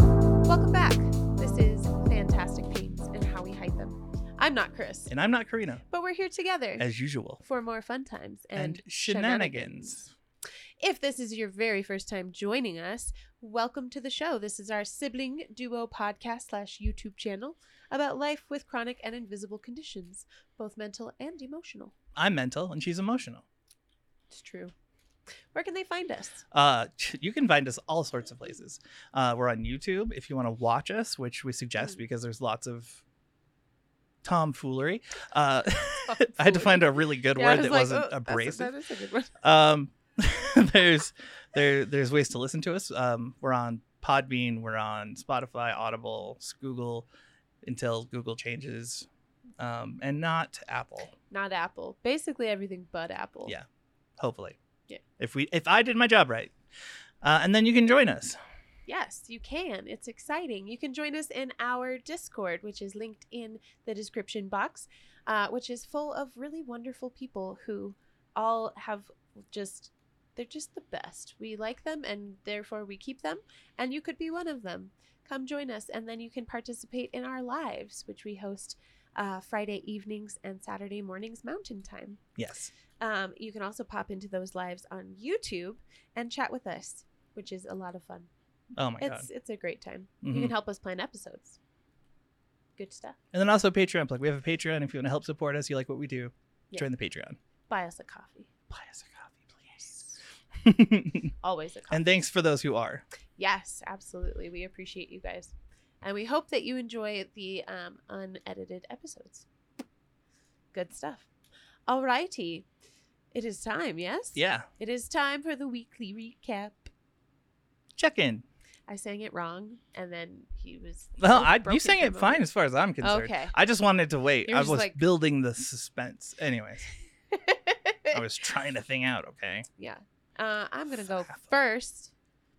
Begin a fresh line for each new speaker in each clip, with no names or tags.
Welcome back. This is Fantastic Pains and How We Hide Them. I'm not Chris,
And I'm not Karina,
but we're here together
as usual.
for more fun times and,
And, shenanigans.
If this is your very first time joining us, welcome to the show. This is our sibling duo podcast slash YouTube channel about life with chronic and invisible conditions, both mental and emotional.
I'm mental and she's emotional.
It's true. Where can they find us?
Uh, you can find us all sorts of places. Uh, we're on YouTube if you want to watch us, which we
Mm.
suggest because there's lots of tomfoolery. Uh, I had to find a really good
Yeah, I
word
was
that
like,
wasn't
oh, that's a-
abrasive.
that is a good one.
um there's there there's ways to listen to us um we're on podbean we're on spotify audible google until google changes um and not apple
Not Apple. Basically everything but Apple.
Yeah. hopefully
Yeah.
if we if i did my job right uh, and then you can join us
Yes, you can. It's exciting. You can join us in our Discord, which is linked in the description box, uh, which is full of really wonderful people who all have just, they're just the best. We like them and therefore we keep them, and you could be one of them. Come join us, and then you can participate in our lives, which we host uh, Friday evenings and Saturday mornings, Mountain Time.
yes
Um, you can also pop into those lives on YouTube and chat with us, which is a lot of fun
oh my god
it's it's a great time. You can
Mhm.
help us plan episodes. Good stuff.
and then also patreon plug we have a patreon if you want to help support us you like what we do
Yeah.
join the patreon
Buy us a coffee.
buy us a coffee please
Always a coffee.
and thanks for those who are
yes, absolutely. We appreciate you guys, and we hope that you enjoy the um, unedited episodes. Good stuff. Alrighty, it is time. Yes.
yeah
It is time for the weekly recap.
check in
I sang it wrong, and then he was.
Well,
he
I,
broke
you
it
sang
for a
it
moment.
fine as far as I'm concerned.
Okay.
I just wanted to wait.
You were
I
just
was
like-
building the suspense. Anyways, I was trying to thing out, okay?
Yeah. Uh, I'm going to go
Fathom.
first.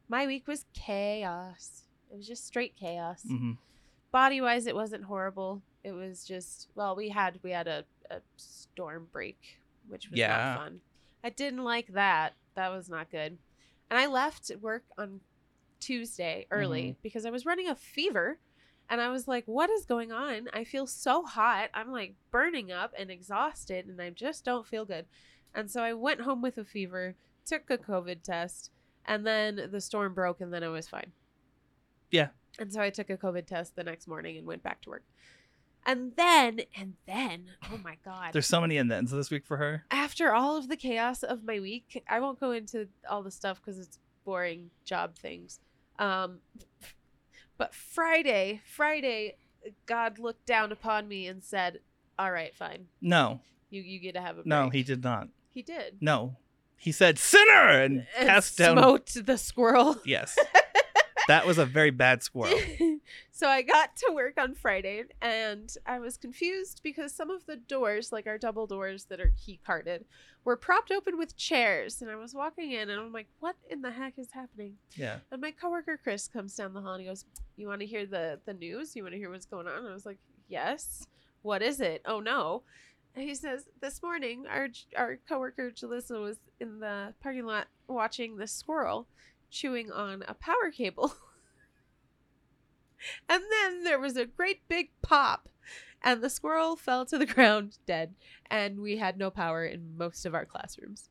My week was chaos. It was just straight chaos.
hmm
Body wise, it wasn't horrible. It was just, well, we had we had a, a storm break, which was
Yeah.
not fun. I didn't like that. That was not good. And I left work on Tuesday early because I was running a fever. And I was like, what is going on? I feel so hot. I'm like burning up and exhausted, and I just don't feel good. And so I went home with a fever, took a COVID test, and then the storm broke, and then I was fine.
Yeah.
And so I took a COVID test the next morning and went back to work. And then, and then, oh my God.
There's so many in ends this week for her.
After all of the chaos of my week, I won't go into all the stuff because it's boring job things. Um, but Friday, Friday, God looked down upon me and said, "All right, fine,
No,
you you get to have a break."
no, he did not.
he did.
No, he said sinner and,
And
cast down.
smote the squirrel.
Yes, that was a very bad squirrel.
so I got to work on Friday and I was confused because some of the doors, like our double doors that are key carded, were propped open with chairs. And I was walking in and I'm like, what in the heck is happening?
Yeah,
And my coworker Chris comes down the hall and he goes, You want to hear the, the news? You want to hear what's going on? And I was like, Yes. What is it? Oh no. And he says, This morning, our, our coworker Jalissa was in the parking lot watching the squirrel chewing on a power cable. and then there was a great big pop, and the squirrel fell to the ground dead, and we had no power in most of our classrooms.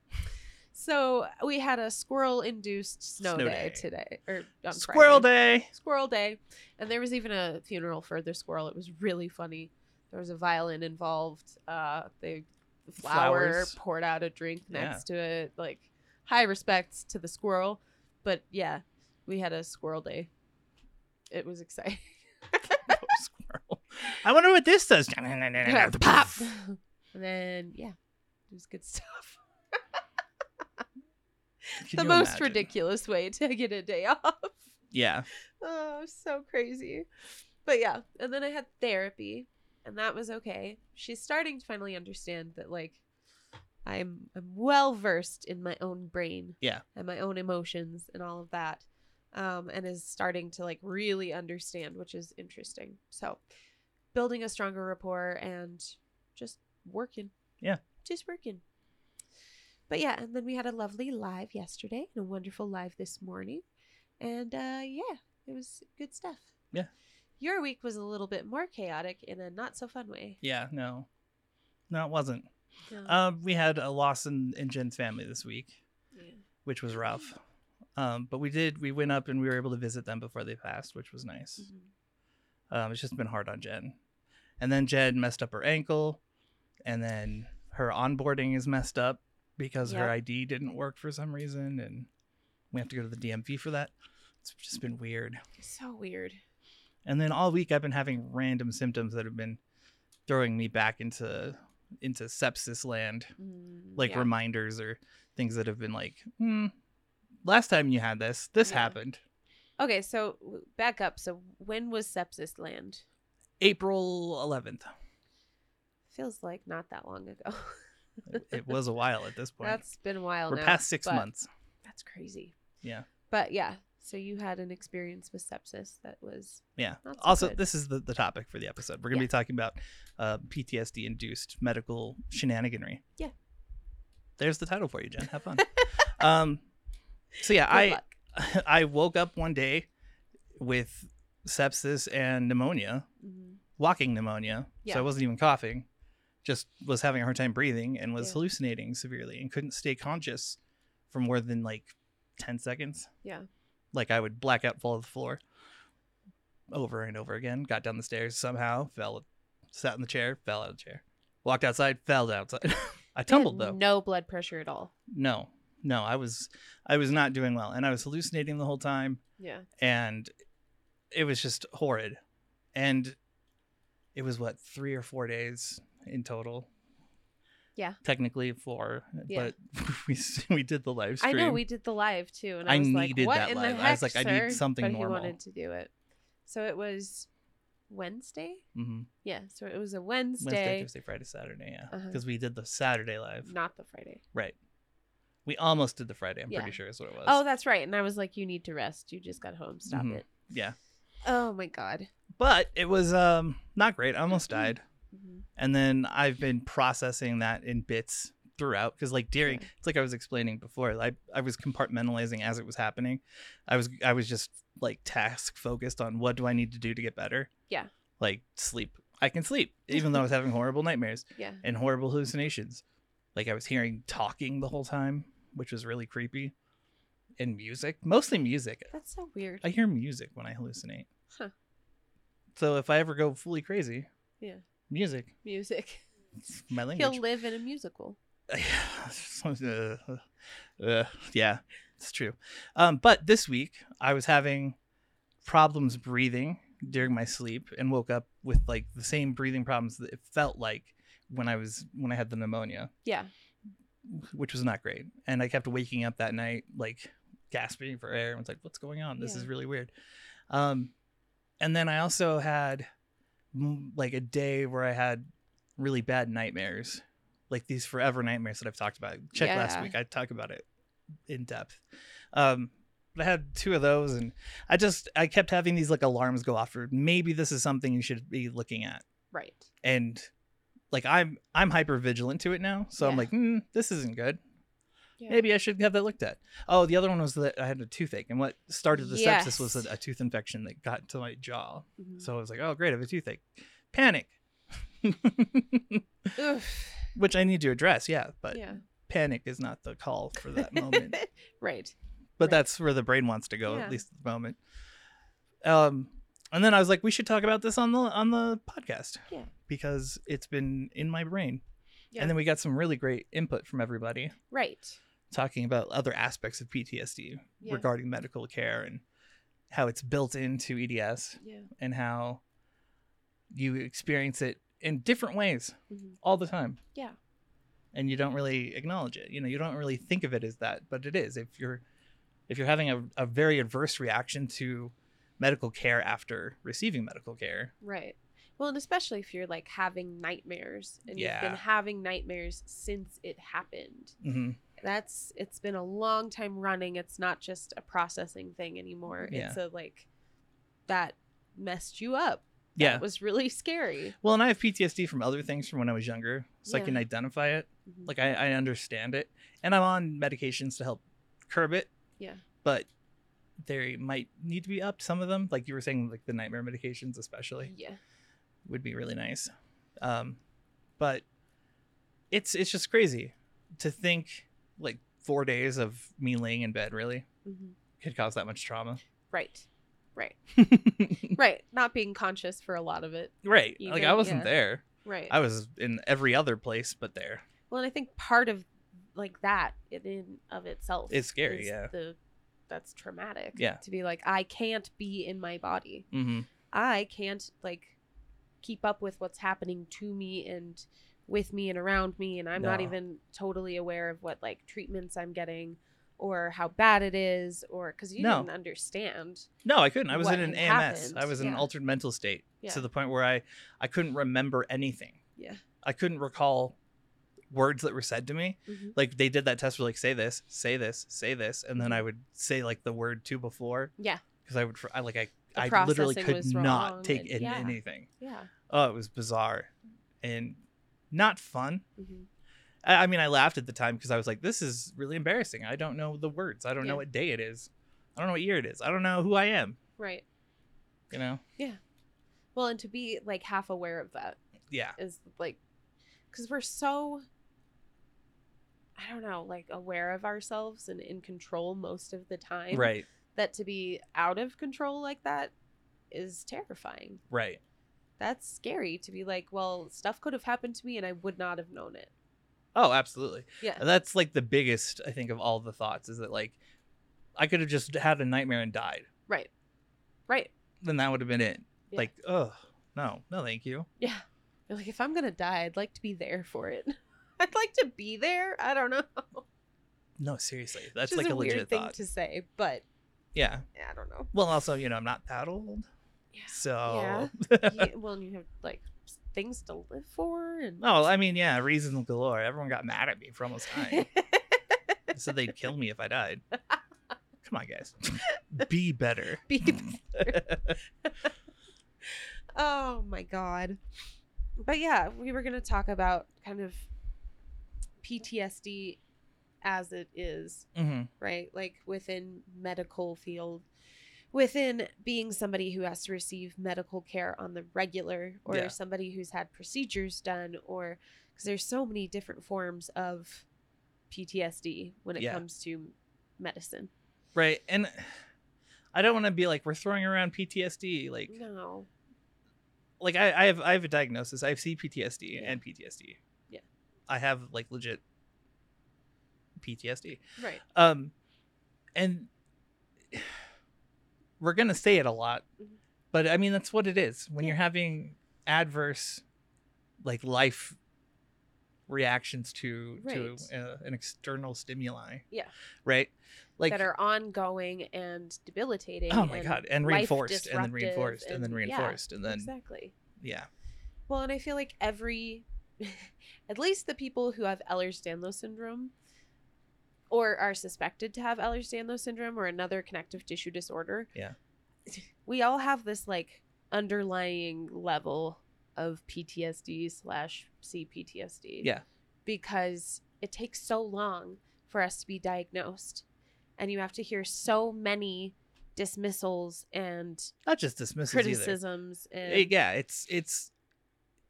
So we had a squirrel-induced snow,
Snow
day,
day.
today, or on
squirrel
Friday.
day.
Squirrel Day. And there was even a funeral for the squirrel. It was really funny. There was a violin involved. Uh, they, the flower
Flowers.
poured out a drink
Yeah.
next to it. Like, high respects to the squirrel. But yeah, we had a squirrel day. It was exciting.
Poor Oh, squirrel. I wonder what this does.
Pop! and then, yeah, it was good stuff.
Could
the
you
most
imagine?
ridiculous way to get a day off.
Yeah,
Oh, so crazy. But yeah, and then I had therapy, and that was okay. She's starting to finally understand that like I'm I'm well versed in my own brain.
Yeah.
And my own emotions and all of that. Um, and is starting to like really understand, which is interesting. So building a stronger rapport and just working.
Yeah.
Just working. But yeah, and then we had a lovely live yesterday and a wonderful live this morning. And uh yeah, it was good stuff.
Yeah.
Your week was a little bit more chaotic in a not so fun way.
Yeah, no, no, it wasn't.
No.
Um, we had a loss in, in Jen's family this week,
Yeah.
which was rough. Um, but we did. We went up and we were able to visit them before they passed, which was nice.
Mhm.
Um, it's just been hard on Jen. And then Jen messed up her ankle, and then her onboarding is messed up because her
Yep.
ID didn't work for some reason, and we have to go to the DMV for that. It's just been weird.
So weird.
And then all week I've been having random symptoms that have been throwing me back into into sepsis land,
Mm,
like
yeah.
reminders or things that have been like, hmm, last time you had this, this
Yeah.
happened.
okay, so w- back up. So when was sepsis land?
April 11th.
Feels like not that long ago.
It- it was a while at this point.
That's been a while
We're
now,
past six
but
months.
That's crazy.
Yeah.
But yeah, so you had an experience with sepsis that was
Yeah.
Not so
also,
good.
this is the, the topic for the episode. We're going to
Yeah.
be talking about uh, PTSD induced medical shenaniganry.
Yeah.
There's the title for you, Jen. Have fun. um, so yeah,
good
I
luck.
I woke up one day with sepsis and pneumonia,
Mhm.
walking pneumonia.
Yeah.
So I wasn't even coughing, just was having a hard time breathing and was
Yeah.
hallucinating severely and couldn't stay conscious for more than like 10 seconds.
Yeah.
Like I would black out, fall to the floor over and over again, got down the stairs somehow, fell, sat in the chair, fell out of the chair, walked outside, fell outside.
They
I
had
tumbled though.
No blood pressure at all.
No, no, I was, I was not doing well and I was hallucinating the whole time
Yeah.
and it was just horrid and it was what three or four days in total
Yeah.
technically four
Yeah.
but we s- we did the live
I
stream
know we did the live too, and I,
I
was like,
needed
"What
that
in
live.
the
I
heck?"
was like, I need
sir?"
something
but
normal.
He wanted to do it, so it was Wednesday.
Mhm.
Yeah, so it was a
wednesday
Wednesday,
tuesday friday saturday yeah
Uh-huh.
because we did the saturday live
not the Friday.
right we almost did the friday i'm
Yeah.
pretty sure is what it was
Oh, that's right. And I was like, "You need to rest. You just got home. Stop
Mhm.
it."
yeah
Oh my god.
but it was um not great i almost
Mhm.
died
Mhm.
and then I've been processing that in bits throughout because like during
Yeah.
it's like I was explaining before I, I was compartmentalizing as it was happening I was I was just like task focused on what do I need to do to get better
Yeah.
like sleep I can sleep even though I was having horrible nightmares
Yeah.
and horrible hallucinations like I was hearing talking the whole time which was really creepy and music mostly music
That's so weird.
I hear music when I hallucinate
Huh.
so if I ever go fully crazy
Yeah.
music
Music.
It's my language
He'll live in a musical.
uh, uh, yeah, it's true. Um, but this week I was having problems breathing during my sleep and woke up with like the same breathing problems that it felt like when I was when I had the pneumonia,
Yeah.
which was not great. And I kept waking up that night like gasping for air and was like, "What's going on? This
Yeah.
is really weird." Um, and then I also had mm, like a day where I had really bad nightmares, like these forever nightmares that I've talked about. Check last
Yeah.
week; I talk about it in depth. Um, but I had two of those, and I just I kept having these like alarms go off for maybe this is something you should be looking at,
Right.
and like I'm I'm hyper vigilant to it now, so I'm
Yeah.
like, mm, this isn't good.
Yeah.
Maybe I should have that looked at. Oh, the other one was that I had a toothache, and what started the sepsis was
Yes.
a, a tooth infection that got to my jaw.
Mhm.
So I was like, oh, great, I have a toothache. Panic,
Oof.
which I need to address, yeah, but
Yeah.
panic is not the call for that moment.
right.
but
Right.
that's where the brain wants to go
Yeah.
at least at the moment. Um, and then I was like, we should talk about this on the on the podcast,
Yeah.
because it's been in my brain.
Yeah.
And then we got some really great input from everybody
Right.
talking about other aspects of PTSD
Yeah.
regarding medical care and how it's built into EDS
Yeah.
and how you experience it in different ways
hmm
all the time.
Yeah.
And you don't really acknowledge it. You know, you don't really think of it as that, but it is. If you're if you're having a, a very adverse reaction to medical care after receiving medical care.
Right. Well, and especially if you're like having nightmares and you've
Yeah.
been having nightmares since it happened.
Mm-hmm.
That's it's been a long time running. It's not just a processing thing anymore.
Yeah.
It's a like that messed you up. That
Yeah.
was really scary.
Well, and I have PTSD from other things from when I was younger, so
Yeah.
I can identify it.
Mhm.
Like I, I understand it, and I'm on medications to help curb it.
Yeah.
But they might need to be upped. Some of them, like you were saying, like the nightmare medications, especially,
Yeah.
would be really nice. Um, but it's it's just crazy to think like four days of me laying in bed really
hmm
could cause that much trauma.
Right. Right. Right. Not being conscious for a lot of it.
right.
You
like
did,
I wasn't
yeah.
there.
Right.
I was in every other place but there.
well, and I think part of like that in- in of itself
It's scary,
is
yeah.
The that's traumatic.
Yeah.
To be like, I can't be in my body.
Mm-hmm.
I can't like keep up with what's happening to me and with me and around me and I'm not
No.
even totally aware of what like treatments I'm getting or how bad it is or cuz you
No.
didn't understand.
No, I couldn't. I was
what
in an
had
AMS. I
happened.
was in an
Yeah.
altered mental state
Yeah.
to the point where I I couldn't remember anything.
Yeah.
I couldn't recall words that were said to me.
Mhm.
Like they did that test for like say this, say this, say this, and then I
Mhm.
would say like the word two before
Yeah.
because I would fr- I like I
The
I literally
processing
could
was
not
wrong
take
and-
in
yeah.
anything.
Yeah.
Oh, it was bizarre and not fun.
hmm
I, I mean, I laughed at the time because I was like, "This is really embarrassing. I don't know the words. I don't
Yeah.
know what day it is. I don't know what year it is. I don't know who I am."
Right.
You know?
Well, and to be like half aware of that
Yeah.
is like cuz we're so I don't know, like aware of ourselves and in control most of the time.
Right.
That to be out of control like that is terrifying.
Right.
that's scary to be like, well, stuff could have happened to me and I would not have known it.
Oh, absolutely.
Yeah.
That's like the biggest, I think, of all the thoughts is that like I could have just had a nightmare and died.
Right. Right.
Then that would have been it.
Yeah.
Like, oh no, no, thank you.
Yeah. You're like, if I'm going to die, I'd like to be there for it. I'd like to be there. I don't know.
No, seriously, that's
Which is
like a,
weird
legit
thing
thought.
to say, but
Yeah.
I don't know.
Well, also, you know, I'm not that old,
Yeah.
so.
You- well, and you have like s- things to live for and
No, I mean, yeah, reasons galore. Everyone got mad at me for almost dying. They said they'd kill me if I died. Come on, guys, be better.
be Oh my god. But yeah, we were going to talk about kind of PTSD as it is
hmm
right? Like within medical field, within being somebody who has to receive medical care on the regular, or
Yeah.
somebody who's had procedures done, or because there's so many different forms of PTSD when it
Yeah.
comes to medicine.
Right, and I don't want to be like we're throwing around PTSD. Like,
No,
like I, I have I have a diagnosis. I have CPTSD
Yeah.
and PTSD.
Yeah.
I have like legit PTSD.
right?
Um and we're going to say it a lot,
Mhm.
but I mean that's what it is. When
Yeah.
you're having adverse like life reactions to to
Right.
uh, an external stimuli.
Yeah.
Right? Like
that are ongoing and debilitating.
Oh my
and
god, and
life
reinforced and then
disruptive
reinforced and, then
yeah,
reinforced and then
exactly.
yeah.
Well, and I feel like every, at least the people who have Ehlers Danlos syndrome or are suspected to have Ehlers Danlos syndrome or another connective tissue disorder.
Yeah.
We all have this like underlying level of PTSD slash CPTSD.
Yeah.
Because it takes so long for us to be diagnosed. And you have to hear so many dismissals and
Not just dismisses either.
criticisms and
It- Eh, yeah, it's it's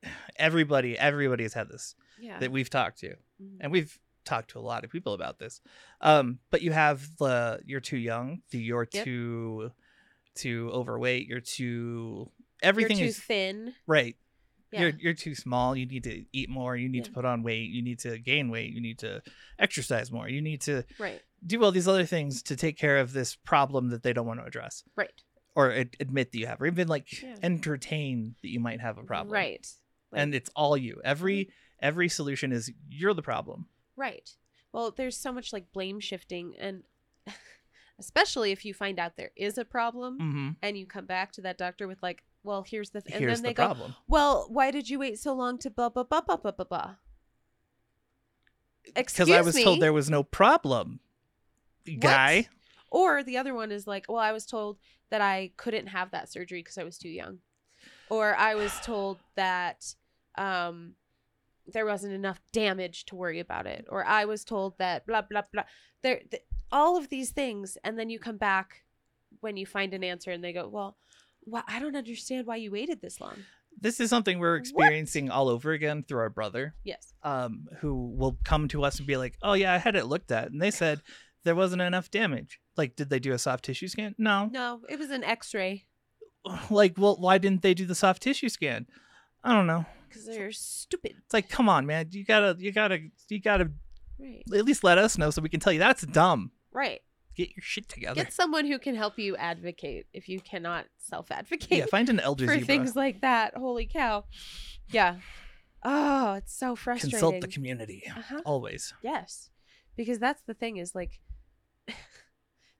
everybody everybody has had this
yeah.
that we've talked to,
Mhm.
and we've talked to a lot of people about this. Um, but you have the you're too young, the you're
Yep.
too too overweight, you're too everything
you're too
is
thin.
right.
Yeah.
You're you're too small. You need to eat more. You need to
Yeah.
put on weight. You need to gain weight. You need to exercise more. You need to
right.
do all these other things to take care of this problem that they don't want to address
Right.
or ad- admit that you have, or even like
Yeah.
entertain that you might have a problem.
Right. Like- Mm.
and it's all you. Every every solution is you're the problem.
right. Well, there's so much like blame shifting and especially if you find out there is a problem
Mm-hmm.
and you come back to that doctor with like, well, here's the th-, and
Here's
then
the
they go,
problem.
"Well, why did you wait so long to blah blah blah blah blah blah blah?" Excuse
Because I was
me.
told there was no problem, guy.
Or the other one is like, well, I was told that I couldn't have that surgery because I was too young. Or I was told that um, there wasn't enough damage to worry about it. Or I was told that blah, blah, blah. There, th- all of these things. And then you come back when you find an answer and they go, well, wh- I don't understand why you waited this long.
This is something we're
What?
experiencing all over again through our brother,
Yes.
um, who will come to us and be like, "Oh yeah, I had it looked at, and they said there wasn't enough damage. Like, did they do a soft tissue scan? No.
No, it was an X-ray
Like, well, why didn't they do the soft tissue scan? I don't know.
because they're stupid.
It's like, come on, man, you gotta, you gotta, you gotta
Right.
at least let us know so we can tell you that's dumb.
Right.
Get your shit together.
Get someone who can help you advocate if you cannot self-advocate
yeah, find an elder
for
zebra.
things like that. Holy cow. Yeah. Oh, it's so frustrating.
Consult the community
uh-huh.
always.
Yes. Because that's the thing is like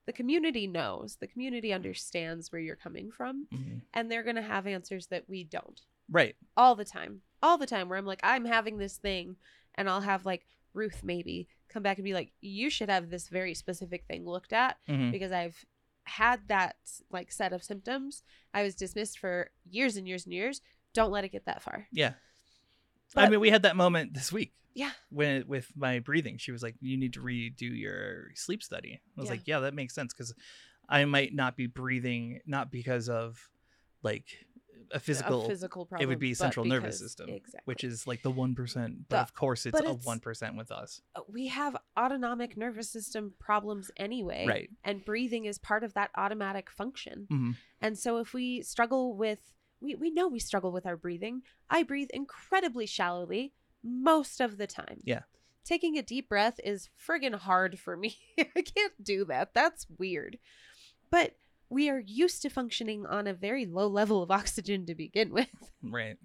the community knows, the community understands where you're coming from,
Mhm.
and they're going to have answers that we don't
Right.
all the time. All the time where I'm like I'm having this thing and I'll have like Ruth maybe come back and be like you should have this very specific thing looked at
Mhm.
because I've had that like set of symptoms. I was dismissed for years and years and years. Don't let it get that far.
Yeah. I
But-
mean, we had that moment this week.
Yeah.
When with my breathing, she was like, "You need to redo your sleep study." I was
Yeah.
like, "Yeah, that makes sense because I might not be breathing not because of like a
A
physical,
physical problem.
it would be
but
central nervous
because-
system,
Exactly.
which is like the one percent. But
The-
of course, it's
but
a
it's-
one percent with us,
Uh, we have autonomic nervous system problems anyway.
right?
And breathing is part of that automatic function.
Mhm.
And so if we struggle with we, we know we struggle with our breathing. I breathe incredibly shallowly most of the time.
Yeah.
Taking a deep breath is friggin' hard for me. I can't do that. That's weird. But we are used to functioning on a very low level of oxygen to begin with.
Right.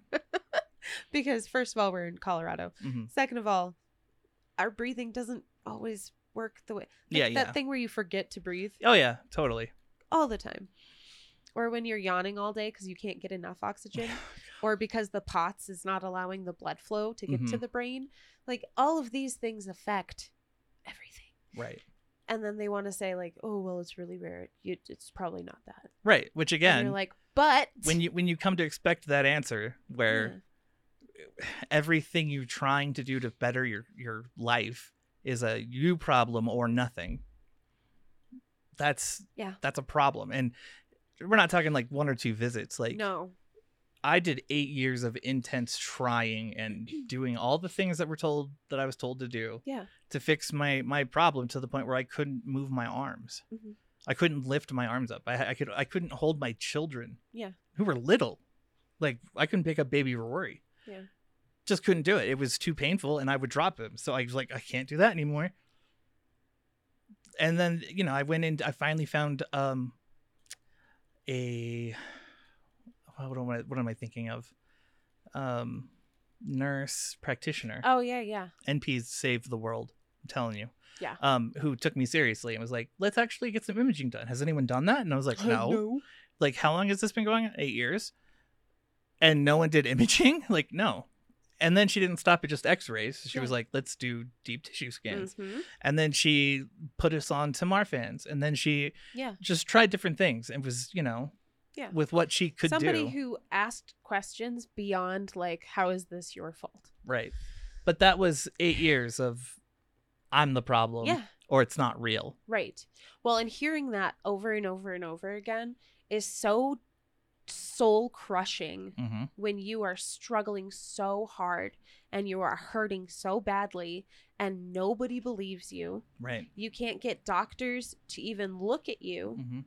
Because, first of all, we're in Colorado.
Mhm.
Second of all, our breathing doesn't always work the way. like
Yeah,
That
yeah.
thing where you forget to breathe
Oh yeah, totally.
all the time. Or when you're yawning all day because you can't get enough oxygen, or because the POTS is not allowing the blood flow to get to
Mhm.
the brain. Like all of these things affect everything.
Right.
And then they want to say, like, oh, well, it's really rare. You, it's probably not that.
Right. Which
And
again,
you're like, but.
when you when you come to expect that answer, where everything you're trying to do to better your your life is a you problem or nothing that's
Yeah.
that's a problem and we're not talking like one or two visits
Yeah.
like
no.
i did eight years of intense trying and doing all the things that were told that i was told to do
Yeah.
to fix my my problem to the point where i couldn't move my arms
Mhm.
i couldn't lift my arms up I, I could i couldn't hold my children
Yeah.
who were little like i couldn't pick up baby rory
Yeah.
just couldn't do it. It was too painful, and I would drop him. So I was like, I can't do that anymore. And then you know, I went in. I finally found um a what am I what am I thinking of? Um, nurse practitioner.
Oh, yeah, yeah.
NPs saved the world. I'm telling you.
Yeah.
Um, who took me seriously and was like, let's actually get some imaging done. Has anyone done that? And I was like, no like how long has this been going on? Eight years. And no one did imaging? Like, no. And then she didn't stop at just x-rays. She was
Yeah.
like, let's do deep tissue scans.
Mhm.
And then she put us on to Marfans. And then she
Yeah.
just tried different things and was, you know,
Yeah.
with what she could
somebody
do.
who asked questions beyond like how is this your fault
right. But that was eight years of I'm the problem
yeah
or it's not real.
right well and hearing that over and over and over again is so soul crushing
Mm-hmm.
when you are struggling so hard and you are hurting so badly and nobody believes you
Right.
you can't get doctors to even look at you
Mm-hmm.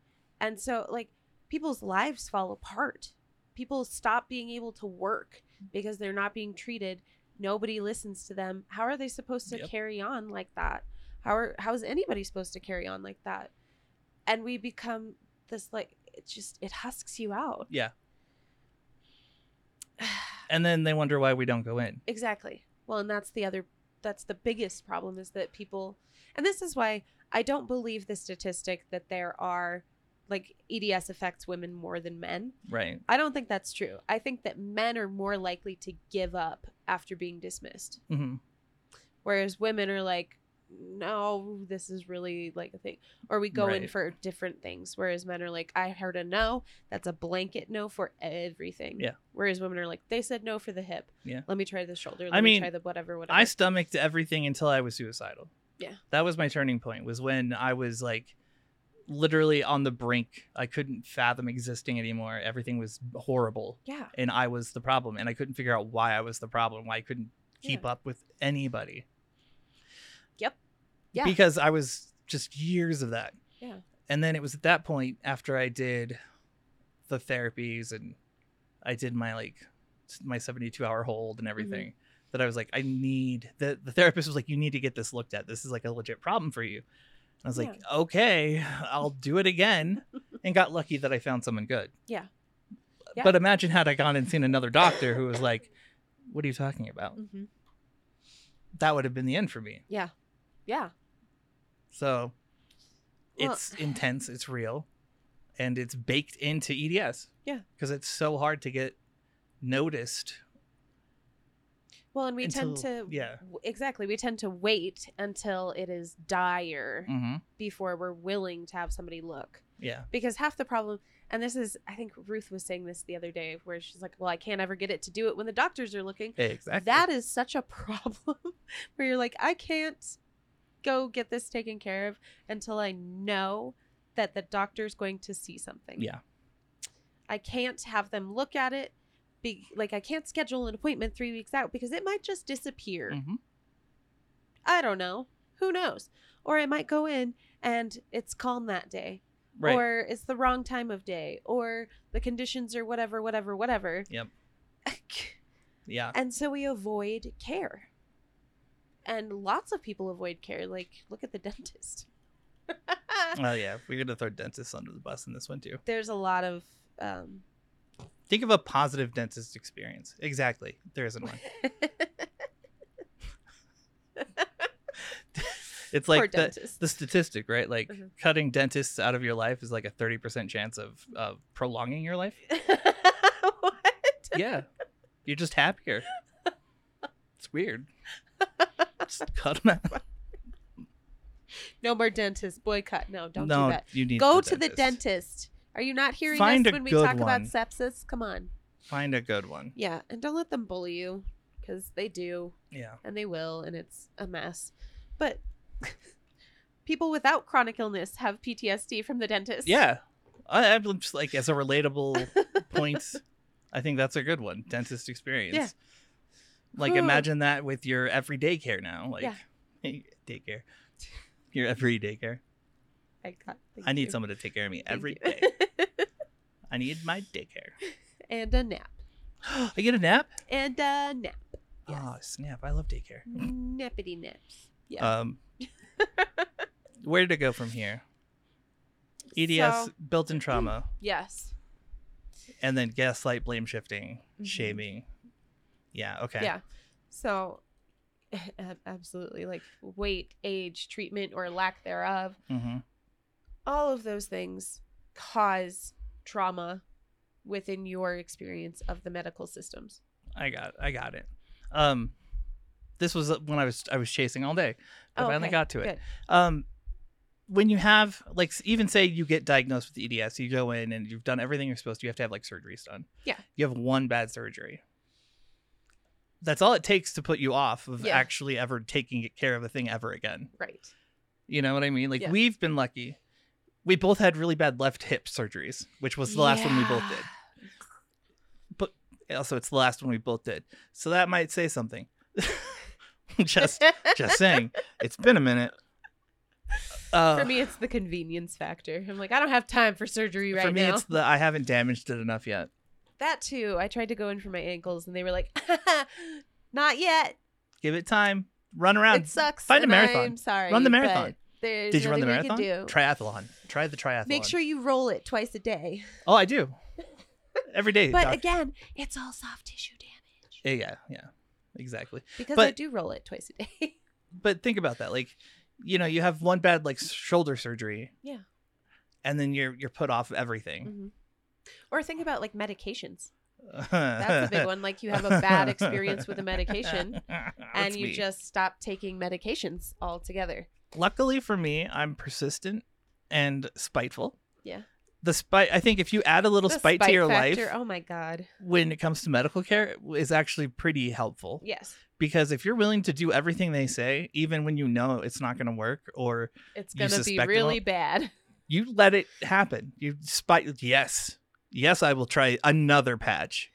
And so, like, people's lives fall apart. People stop being able to work because they're not being treated. Nobody listens to them. How are they supposed to
Yep.
carry on like that? How are how is anybody supposed to carry on like that? And we become this like it just it husks you out.
Yeah. And then they wonder why we don't go in.
Exactly. Well, and that's the other that's the biggest problem is that people and this is why I don't believe the statistic that there are like EDS affects women more than men.
Right.
I don't think that's true. I think that men are more likely to give up after being dismissed,
Mm-hmm.
whereas women are like, no, this is really like a thing. Or we go in
Right.
for different things, whereas men are like, I heard a no. That's a blanket no for everything.
Yeah.
Whereas women are like, they said no for the hip.
Yeah.
Let me try the shoulder. Let
I
me
mean,
try the whatever, whatever.
I stomached everything until I was suicidal.
Yeah.
That was my turning point was when I was like literally on the brink. I couldn't fathom existing anymore. Everything was horrible,
Yeah.
and I was the problem, and I couldn't figure out why I was the problem. Why I couldn't keep
Yeah.
up with anybody.
Yep. Yeah.
Because I was just years of that.
Yeah.
And then it was at that point after I did the therapies and I did my like s- my 72 hour hold
Mm-hmm.
and everything that I was like, I need the the therapist was like, you need to get this looked at. This is like a legit problem for you. And I was like, okay, I'll do it again. and got lucky that I found someone good.
Yeah. Yeah.
But imagine had I gone and seen another doctor who was like, what are you talking about?
hmm
That would have been the end for me.
Yeah.
So
Well-
it's intense, it's real, and it's baked into E EDS.
Yeah.
Because it's so hard to get noticed.
Well, and we tend
Until-
to
yeah.
w- exactly. We tend to wait until it is dire
Mm-hmm.
before we're willing to have somebody look.
Yeah.
Because half the problem and this is I think Ruth was saying this the other day where she's like, "Well, I can't ever get it to do it when the doctors are looking."
Exactly.
That is such a problem where you're like, "I can't go get this taken care of until I know that the doctor's going to see something."
Yeah.
I can't have them look at it. Be, like I can't schedule an appointment 3 weeks out because it might just disappear.
Mhm.
I don't know. Who knows? Or I might go in and it's calm that day.
Right.
Or it's the wrong time of day. Or the conditions are whatever, whatever, whatever.
Yep. yeah.
and so we avoid care. And lots of people avoid care. Like, look at the dentist.
Oh, yeah. We're going to throw dentists under the bus in this one, too.
There's a lot of. Um,
Think of a positive dentist experience. Exactly. There isn't one. It's
poor
like the,
dentists.
the statistic, right? Like
Mhm.
cutting dentists out of your life is like a 30% chance of, of prolonging your life.
What?
yeah you're just happier it's weird just cut 'em out
No more dentist boycott. No, don't
no
do that.
you need
Go to the dentist. Are you not hearing
Find a
us when we
good
talk about
one.
sepsis? Come on.
find a good one
Yeah, and don't let them bully you because they do
yeah
and they will, and it's a mess. But people without chronic illness have PTSD from the dentist.
yeah I, i'm just like as a relatable point i think that's a good one dentist experience
Yeah.
like
Cool.
imagine that with your everyday care now like
Yeah.
daycare your every daycare
I, got, thank
i
you.
need someone to take care of me
Thank
every
you.
day i need my daycare
and a nap.
i get a nap
And a nap. Yes.
oh snap i love daycare
Nappity naps. Yeah.
Um, where to go from here? EDS,
So- Hmm.
built-in trauma,
yes.
and then gaslight, blame shifting,
Mhm.
shaming. Yeah. Okay.
Yeah. So, ab- absolutely. Like weight, age, treatment, or lack thereof.
hmm
all of those things cause trauma within your experience of the medical systems.
I got. I got it. Um, this was uh, when I was I was chasing all day. I
Oh,
finally
okay.
got to it.
Good.
Um, when you have like s- even say you get diagnosed with EDS, you go in and you've done everything you're supposed to. You have to have like surgeries done.
Yeah.
You have one bad surgery. That's all it takes to put you off of
Yeah.
actually ever taking care of a thing ever again.
Right.
You know what I mean? Like
Yeah.
we've been lucky. We both had really bad left hip surgeries, which was the last one we both
Yeah.
did. But also, it's the last one we both did, so that might say something. just, just saying. It's been a minute. Uh,
for me, it's the convenience factor. I'm like, I don't have time for surgery right
for me,
now.
it's the I haven't damaged it enough yet.
That too. I tried to go in for my ankles, and they were like, "Not yet.
Give it time. Run around.
it sucks."
Find a
and
marathon.
I'm sorry.
Run the
but
marathon.
there's
Did you run the
nothing I can
marathon?
do.
Triathlon. Try the triathlon.
Make sure you roll it twice a day.
Oh, I do. Every day.
But
doc.
again, it's all soft tissue damage
yeah, yeah, exactly.
because I
But-
do roll it twice a day.
but think about that like you know you have one bad like shoulder surgery
Yeah.
and then you're you're put off everything
Mhm. Or think about like medications. Mm. That's a big one. Like you have a bad experience with a medication and you just stop taking medications altogether.
luckily for me i'm persistent and spiteful
Yeah.
the spite i think if you add a little
The
spite, to your
factor,
life
Oh my god.
when it comes to medical care is actually pretty helpful
Yes.
because if you're willing to do everything they say even when you know it's not going to work or
It's
You
going to be
suspect it
really
won't-
bad.
you let it happen. You spite. Yes, yes, I will try another patch.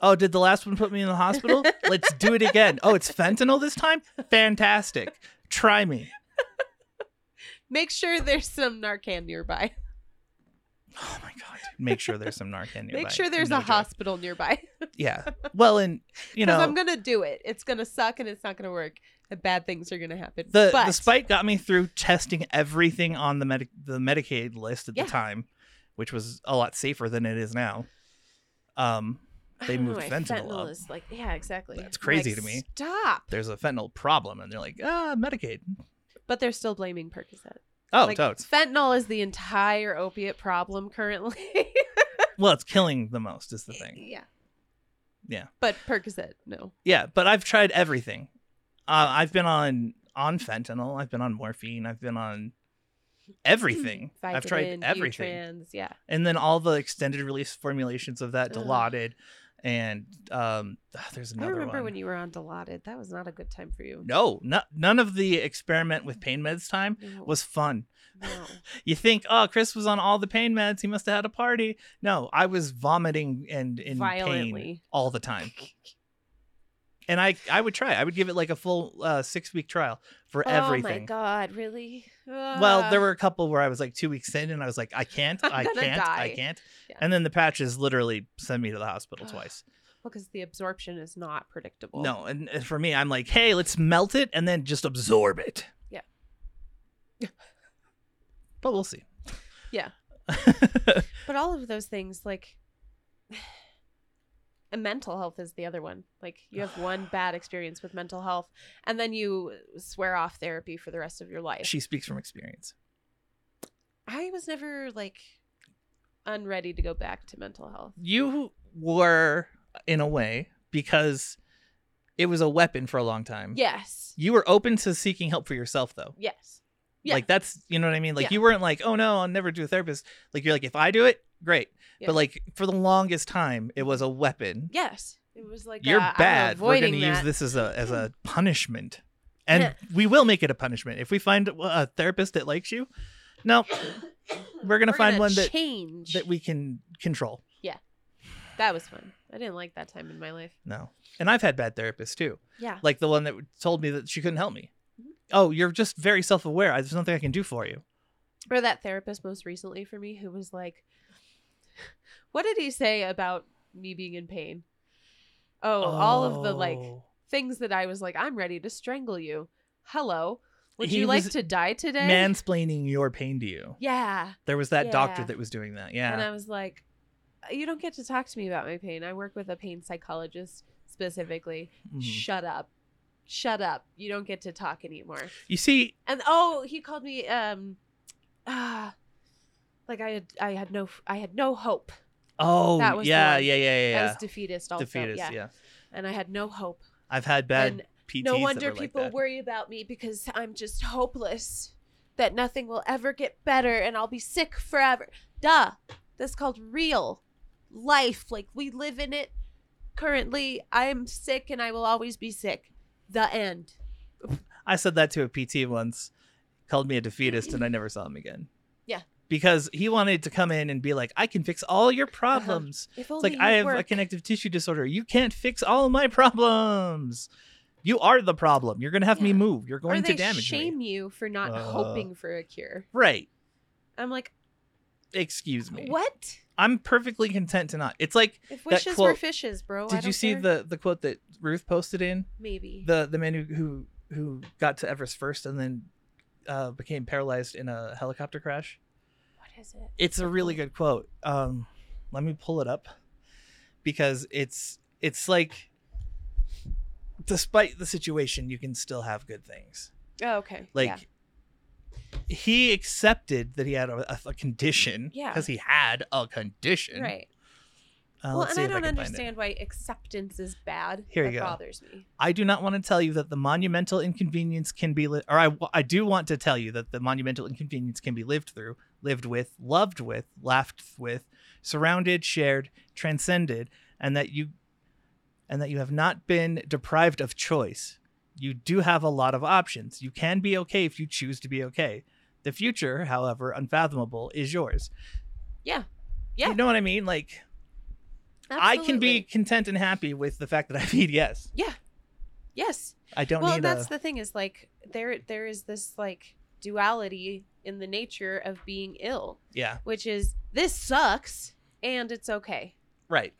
Oh, did the last one put me in the hospital? Let's do it again. Oh, it's fentanyl this time. Fantastic. Try me.
Make sure there's some Narcan nearby.
Oh my god. Make sure there's some Narcan nearby.
Make sure there's
No
a
joke.
hospital nearby.
Yeah. Well, and you know,
Because I'm gonna do it. It's gonna suck and it's not gonna work. And bad things are gonna happen.
the
but
the spike got me through testing everything on the medic the Medicaid list at
Yeah.
the time, which was a lot safer than it is now. Um,
I
they
don't know
moved
why
fentanyl up.
is like yeah, exactly.
That's
I'm
crazy
like,
to me.
Stop.
there's a fentanyl problem, and they're like, ah, Medicaid.
But they're still blaming Percocet.
Oh,
Like,
totes.
Fentanyl is the entire opiate problem currently.
Well, it's killing the most is the thing.
Yeah.
Yeah.
But Percocet, no.
Yeah, but I've tried everything. Uh, I've been on on fentanyl. I've been on morphine. I've been on everything. I've tried
Vicodin,
everything.
Butrans, yeah.
and then all the extended release formulations of that
Ugh.
Dilaudid, and um, ah, there's another
I remember
one.
when you were on Dilaudid. That was not a good time for you.
no, no, none of the experiment with pain meds time
No.
was fun.
no.
You think, oh, Chris was on all the pain meds. He must have had a party. No, I was vomiting and in pain
violently.
all the time. And I, I would try. I would give it like a full uh, six week trial for
Oh my
everything.
god, really?
Well, there
Ugh.
were a couple where I was like two weeks in, and I was like, I can't,
I'm
I
gonna
can't, I
die.
can't.
Yeah.
And then the patches literally send me to the hospital
Ugh.
twice.
because the absorption is not predictable.
No, and and for me, I'm like, hey, let's melt it and then just absorb it.
Yeah.
but we'll see.
Yeah.
I
But all of those things, like, and mental health is the other one. Like, you have one bad experience with mental health, and then you swear off therapy for the rest of your life.
she speaks from experience.
I was never like unready to go back to mental health.
Mm-hmm. You were, in a way, because it was a weapon for a long time.
Yes.
You were open to seeking help for yourself, though.
Yes. Yeah.
Like that's you know what I mean. Like
Yeah.
you weren't like, oh no, I'll never do a therapist. Like you're like, if I do it, great.
Yeah.
But like for the longest time, it was a weapon.
Yes. It was like
You're
uh, I'm
bad. We're
avoiding
going to use
that.
this as a as a punishment, and
Yeah.
we will make it a punishment if we find a therapist that likes you. No, we're gonna find one that-
change.
that we can control.
that was fun. I didn't like that time in my life.
No, and I've had bad therapists too,
Yeah.
like the one that told me that she couldn't help me.
Mhm.
Oh, you're just very self aware. There's nothing I can do for you.
or that therapist most recently for me who was like what did he say about me being in pain oh, all of the like
Oh.
things that i was like i'm ready to strangle you hello would
He
you like
was
to die today
mansplaining your pain to you.
yeah.
There was that doctor
Yeah.
that was doing that.
and
Yeah.
i was like you don't get to talk to me about my pain i work with a pain psychologist specifically
Mhm.
shut up shut up you don't get to talk anymore
You see,
And oh, he called me um ah like I had I had no I had no hope.
oh
That was the
yeah,
one.
yeah, yeah,
I
yeah,
was defeatist
yeah.
also.
Defeatist.
yeah.
Yeah.
And I had no hope.
I've had bad
and
PTs.
no
that
wonder
were like
people
that.
worry about me because I'm just hopeless that nothing will ever get better and I'll be sick forever. Duh. That's called real life. Like we live in it currently. I am sick and I will always be sick. The end.
I said that to a PT once, called me a defeatist, and I never saw him again.
Yeah.
Because he wanted to come in and be like, I can fix all
Uh-huh.
your problems.
If
It's
only
like,
you
I have a
work.
connective tissue disorder. You can't fix all my problems. You are the problem. You're going to have me
Yeah.
move. You're going
or they
to damage
shame
me.
you for not
Uh,
hoping for a cure.
Right.
I'm like,
Excuse me.
what?
I'm perfectly content to not. It's like,
If
That
wishes were
quote-
fishes, bro. Oh, I
did you
don't
see
care.
the, the quote that Ruth posted in?
maybe?
the the man who who, who got to Everest first and then uh, became paralyzed in a helicopter crash.
what is it?
It's a really good quote. Um, let me pull it up because it's it's like despite the situation, you can still have good things.
Oh, okay.
Like
yeah.
he accepted that he had a, a- a condition
Yeah.
because he had a condition.
right.
Uh,
well,
let's
and
see
I
if
don't
I can find it.
understand why acceptance is bad.
Here
that
you go.
bothers me.
I do not want to tell you that the monumental inconvenience can be, li- or I, I do want to tell you that the monumental inconvenience can be lived through, lived with, loved with, laughed with, surrounded, shared, transcended, and that you, and that you have not been deprived of choice. You do have a lot of options. You can be okay if you choose to be okay. The future, however unfathomable, is yours.
Yeah. Yeah.
You know what I mean? Like I can be
Absolutely.
content and happy with the fact that I have EDS.
Yes.
I don't
well
need
that's
a
the thing is like there there is this like duality in the nature of being ill
yeah,
which is this sucks and it's okay
right.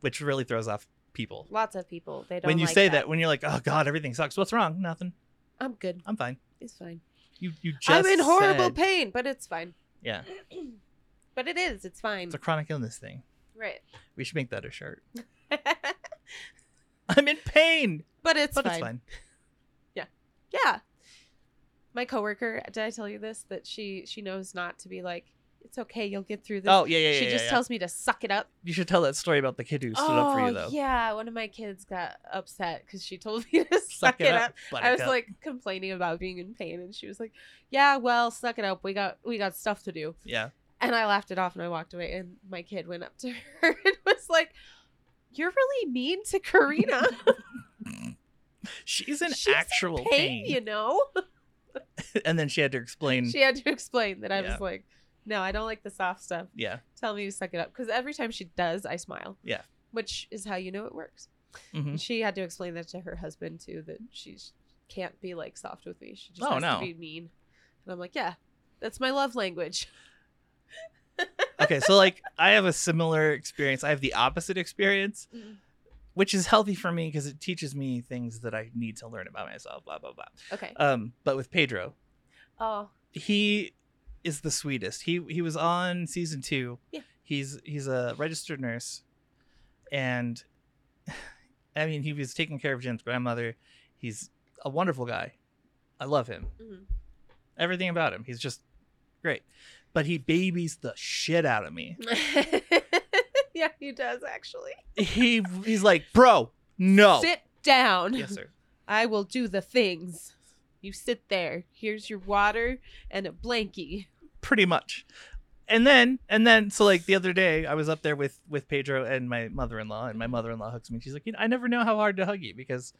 Which really throws off people.
lots of people they don't
When you
like
say that. when you're like, "Oh God, everything sucks. What's wrong? Nothing.
i'm good
I'm fine."
it's fine
You you just
i'm in horrible
said-
pain but it's fine
Yeah,
but it is it's fine
it's a chronic illness thing.
right
We should make that a shirt. I'm in pain,
but it's
but
fine
it's fine.
yeah my coworker did i tell you this that she she knows not to be like it's okay you'll get through this
Oh yeah, yeah, yeah.
she
yeah,
just
yeah.
tells me to suck it up Oh,
You should tell that story about the kid who stood up for you though.
Yeah, one of my kids got upset because she told me to suck, it, up. I was
buttercup.
like complaining about being in pain, and she was like, "Yeah, well, suck it up. We got we got stuff to do."
yeah,
And I laughed it off, and I walked away. And my kid went up to her and was like, "You're really mean to Karina.
she's in
She's in
actual
pain, you know."
and then she had to explain.
She had to explain that I
Yeah.
was like, "No, I don't like the soft stuff.
yeah,
Tell me to suck it up." Because every time she does, I smile.
Yeah.
which is how you know it works.
hmm
She had to explain that to her husband too, that she sh- can't be like soft with me. She just
Oh,
has
no.
to be mean. And I'm like, yeah, that's my love language.
okay. So like, I have a similar experience. I have the opposite experience,
Mm.
which is healthy for me because it teaches me things that I need to learn about myself. Blah blah blah.
Okay.
Um, but with Pedro,
oh,
he is the sweetest. He he was on season two.
Yeah.
He's he's a registered nurse, and I mean he was taking care of Jen's grandmother. He's a wonderful guy. I love him.
mhm.
Everything about him. He's just great. But he babies the shit out of me.
yeah, he does actually.
He he's like, bro, no.
Sit down.
Oh. Yes, sir.
I will do the things. You sit there. Here's your water and a blankie.
pretty much and then and then so like the other day i was up there with with pedro and my mother-in-law and my mother-in-law hugs me and she's like you know, i never know how hard to hug you because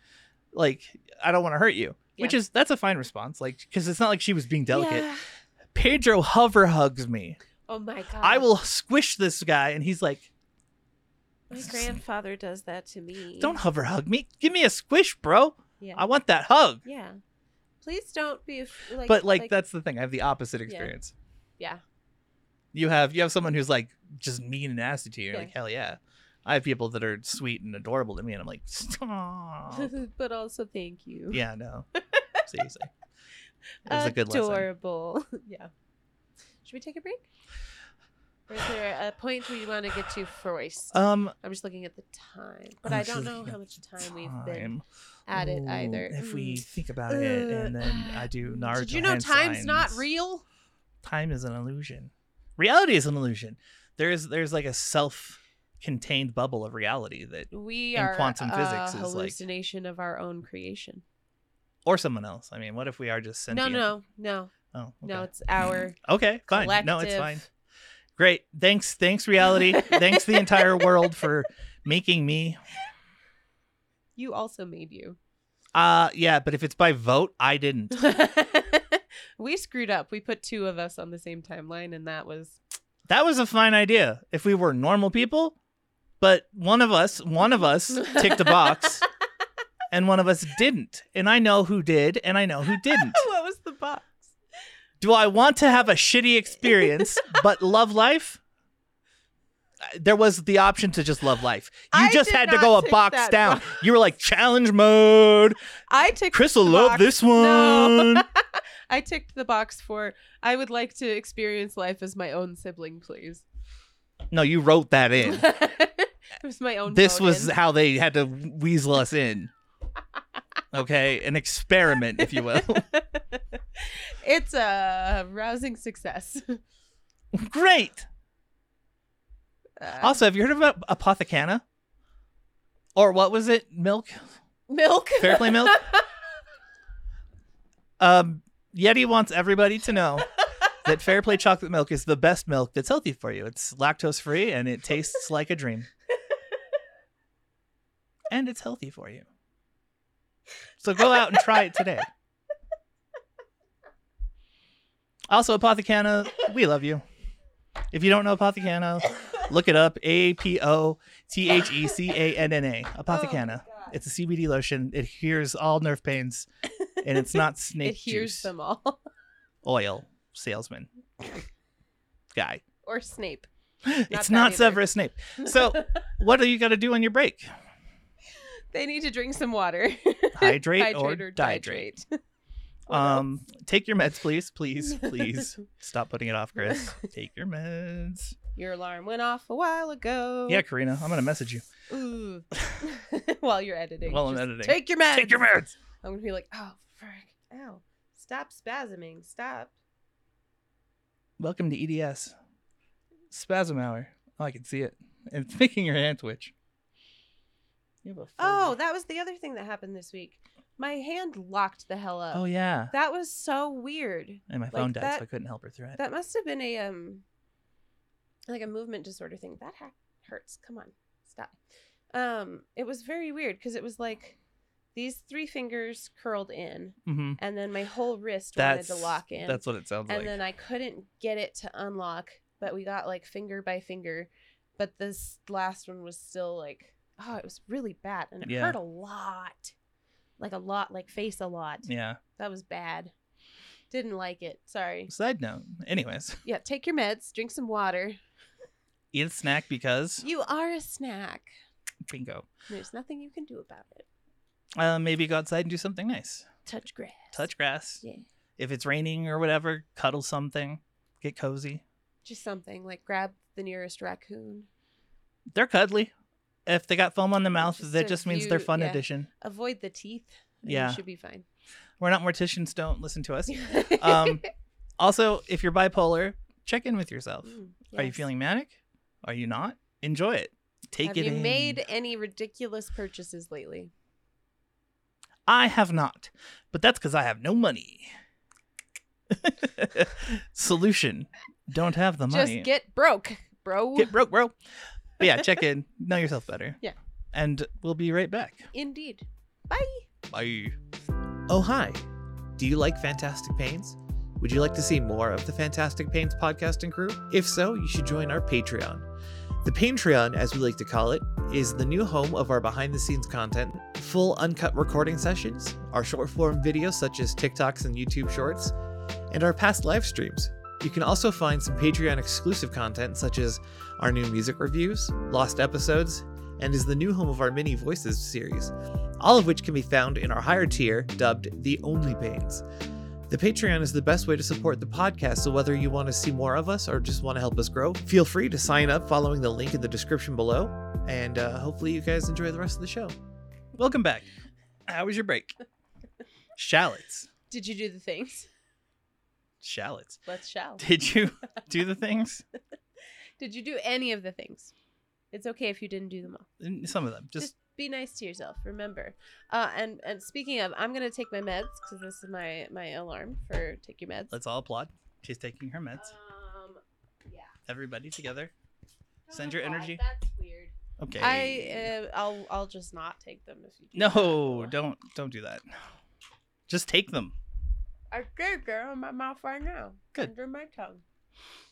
like i don't want to hurt you which is that's a fine response like because it's not like she was being delicate
Yeah.
pedro hover hugs me
Oh my god.
i will squish this guy and he's like
My grandfather does that to me.
don't hover hug me give me a squish bro
Yeah.
i want that hug
yeah. Please don't be. Af- like,
but like, that's the thing i have the opposite experience
Yeah.
you have you have someone who's like just mean and nasty to you. You're
Yeah.
like hell yeah. I have people that are sweet and adorable to me, and I'm like, stop.
but also, thank you.
yeah, no. Seriously, it was a good lesson.
Adorable. yeah. Should we take a break? Or is there a point we want to get to first?
Um,
I'm just looking at the time, but
I'm
I
just
don't know
looking
how
at
much time,
time.
we've been at it
Ooh,
either.
If we
Mm.
think about it, and
Uh,
then I do Naruto.
Did you know
hand
time's not
signs.
real?
Time is an illusion. Reality is an illusion. There is there's like a self-contained bubble of reality that,
We
And
are
quantum
a
physics is like-
hallucination of our own creation.
or someone else. I mean, what if we are just
No,
sentient?
no, no,
Oh, okay.
no. It's our
Okay, fine.
collective.
No, it's fine. Great. Thanks, thanks reality. thanks the entire world for making me.
You also made you.
Uh yeah, but if it's by vote, I didn't.
we screwed up. We put two of us on the same timeline, and that was
That was a fine idea if we were normal people, but one of us, one of us ticked a box and one of us didn't. And I know who did and I know who didn't.
what was the box?
Do I want to have a shitty experience but love life? Uh, There was the option to just love life. You
I
just
did
had to
not
go a
tick
box
that
down.
box.
You were like challenge mode.
I ticked.
Chris will
the
love
box.
this one.
No. I ticked the box for I would like to experience life as my own sibling, please.
No, you wrote that in.
it was my own.
this
vote
was
in.
how they had to weasel us in. Okay, an experiment, if you will.
it's a rousing success.
Great.
Uh,
Also, have you heard about Apothecana? Or what was it? Milk?
milk.
Fair play milk? Um, Yeti wants everybody to know that Fair Play chocolate milk is the best milk that's healthy for you. It's lactose free and it tastes like a dream. And it's healthy for you. So go out and try it today. Also, Apothecana, we love you. If you don't know Apothecana, look it up. A P O T H E C A N N A. Apothecana.
Oh,
it's a CBD lotion. It hears all nerve pains, and it's not snake
it hears
juice.
them all.
Oil salesman guy.
or Snape.
it's
that
not
either.
Severus Snape. So, what are you going to do on your break?
They need to drink some water.
Hydrate, or, dihydrate.
dihydrate. What
Um, take your meds, please, please, please. Stop putting it off, Chris. Take your meds.
Your alarm went off a while ago.
Yeah, Karina, I'm gonna message you.
Ooh. While you're editing.
While I'm
just
editing.
Take your meds.
Take your meds.
I'm gonna be like, oh frick, ow, stop spasming, stop.
Welcome to EDS. Spasm hour. Oh, I can see it. And It's making your hand twitch. You have a
Oh,
folder.
that was the other thing that happened this week. My hand locked the hell up.
Oh yeah.
That was so weird.
And my phone died, so
that-
I couldn't help her through it.
That must have been a um, like a movement disorder thing. That ha- hurts. Come on, stop. Um, it was very weird because it was like these three fingers curled in,
mm-hmm.
and then my whole wrist
That's
wanted to lock in.
That's what it sounds
and
like.
then I couldn't get it to unlock, but we got like finger by finger. But this last one was still like, oh, it was really bad, and it
Yeah.
hurt a lot, like a lot, like face a lot.
yeah.
That was bad. Didn't like it. Sorry.
Side note. Anyways,
Yeah, take your meds, drink some water.
eat a snack because
You are a snack.
bingo.
There's nothing you can do about it.
Uh, maybe go outside and do something nice.
Touch grass.
Touch grass.
Yeah.
If it's raining or whatever, cuddle something. Get cozy.
Just something like grab the nearest raccoon.
They're cuddly. If they got foam on the mouth,
Just
that
a
just means they're
few-
fun
yeah.
addition.
Avoid the teeth. and
Yeah.
You should be fine.
We're not morticians. Don't listen to us. Um, Also, if you're bipolar, check in with yourself.
Mm,
Are you
yes.
feeling manic? Are you not? Enjoy it. Take
Have
it
you
in.
made any ridiculous purchases lately?
I have not, but that's because I have no money. Solution: Don't have the money.
Just get broke, bro.
Get broke, bro. But yeah, check in. Know yourself better.
Yeah.
And we'll be right back.
Indeed. Bye.
Bye.
Oh, hi. Do you like Fantastic Pains? Would you like to see more of the Fantastic Pains podcasting crew? If so, you should join our Patreon. The Patreon, as we like to call it, is the new home of our behind the scenes content, full uncut recording sessions, our short form videos such as TikToks and YouTube Shorts, and our past live streams. You can also find some Patreon exclusive content such as our new music reviews, lost episodes, and is the new home of our mini voices series all of which can be found in our higher tier dubbed the Only Pains. The Patreon is the best way to support the podcast, so whether you want to see more of us or just want to help us grow, feel free to sign up following the link in the description below, and uh, hopefully you guys enjoy the rest of the show.
Welcome back. How was your break? Shallots.
Did you do the things?
Shallots.
Let's shall.
Did you do the things?
Did you do any of the things? It's okay if you didn't do them all.
Some of them.
Just,
Just
be nice to yourself. Remember. Uh, and and speaking of, I'm gonna take my meds because this is my my alarm for take your meds.
let's all applaud. She's taking her meds.
Um, yeah. Oh
Everybody together. Send your energy.
That's weird.
Okay.
I uh, I'll I'll just not take them if you. Do
No,
that.
don't don't do that. Just take them.
I did. They're in my mouth right now.
Good.
Under my tongue.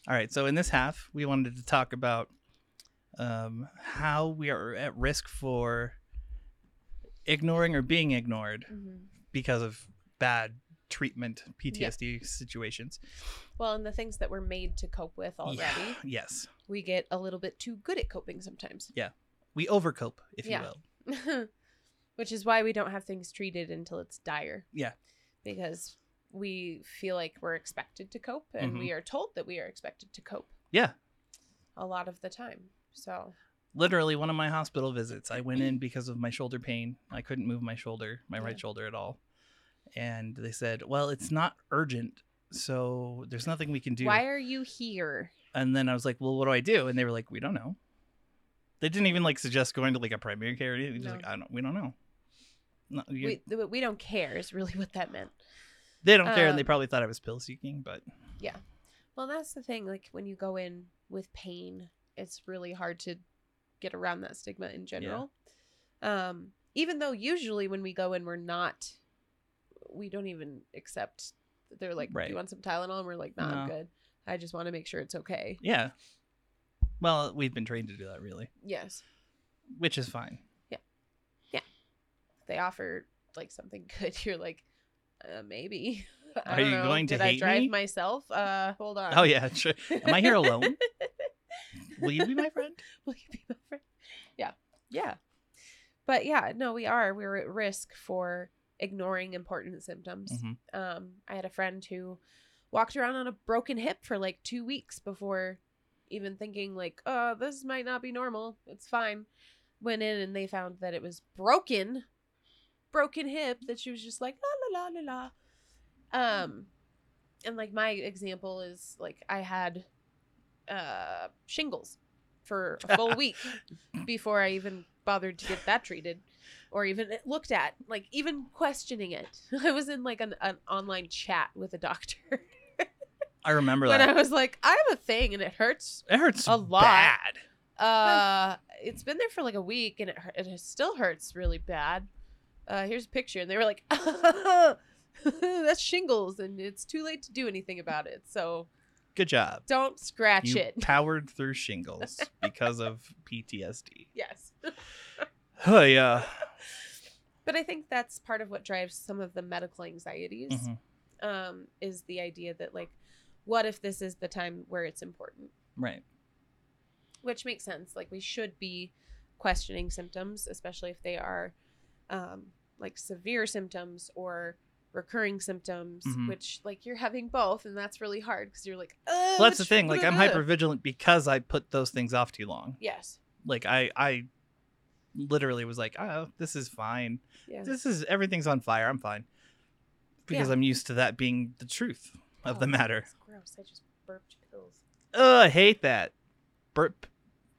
All right. So in this half, we wanted to talk about um, how we are at risk for ignoring or being ignored
Mm-hmm.
because of bad treatment PTSD situations.
Well, and the things that we're made to cope with already,
Yeah, Yes.
we get a little bit too good at coping sometimes.
We overcope, if
Yeah.
you will.
Which is why we don't have things treated until it's dire.
Yeah.
Because we feel like we're expected to cope and
Mhm.
we are told that we are expected to cope
Yeah.
a lot of the time. So,
Literally one of my hospital visits, I went in because of my shoulder pain. I couldn't move my shoulder, my
Yeah.
right shoulder at all. And they said, "Well, it's not urgent, so there's nothing we can do."
why are you here?
And then I was like, "Well, what do I do?" And they were like, "We don't know." They didn't even like suggest going to like a primary care. Or anything. Just
No.
like, I don't. We don't know. No, you,
We, th- we don't care, is really what that meant.
they don't care, and they
um,
probably thought I was pill seeking. But
Well, that's the thing. Like, when you go in with pain, it's really hard to get around that stigma in general. Um, even though usually when we go in, we're not, we don't even accept they're like,
Right.
"Do you want some Tylenol?" And we're like, "No, I'm
No.
good. I just want to make sure it's okay."
Yeah. Well, we've been trained to do that, really,
Yes,
which is fine.
they offer like something good. You're like, uh, maybe. I
Are
don't
you
know.
going to
Did I
hate
drive
me?
myself? Uh, hold on.
Oh yeah, sure. Am I here alone? Will you be my friend?
Will you be my friend? Yeah. Yeah. But yeah, no, we are. We're at risk for ignoring important symptoms.
Mhm.
Um, I had a friend who walked around on a broken hip for like two weeks before even thinking like, oh, this might not be normal. It's fine. Went in and they found that it was broken, broken hip that she was just like la la la la la. Um, and like my example is like I had uh shingles for a full week before I even bothered to get that treated or even looked at, like even questioning it. I was in like an, an online chat with a doctor
I remember
when
that.
I was like, I have a thing and it hurts.
it hurts
a lot.
Bad.
Uh, it's been there for like a week and it, hur- it still hurts really bad. Uh, here's a picture. And they were like, that's shingles and it's too late to do anything about it. So
Good job.
don't scratch
You
it.
powered through shingles because of PTSD.
Yes.
Oh yeah.
But I think that's part of what drives some of the medical anxieties.
Mhm.
um, is the idea that like, what if this is the time where it's important?
Right.
Which makes sense. Like we should be questioning symptoms, especially if they are um, like severe symptoms or recurring symptoms.
Mhm.
Which like you're having both, and that's really hard because you're like, oh,
Well, that's the thing. Like I'm hyper vigilant because I put those things off too long.
Yes.
Like I, I literally was like, oh, this is fine.
Yeah.
This is everything's on fire. I'm fine because
Yeah.
I'm used to that being the truth of the
Oh,
matter.
that's gross. I just burped pills.
Oh, I hate that. Burp,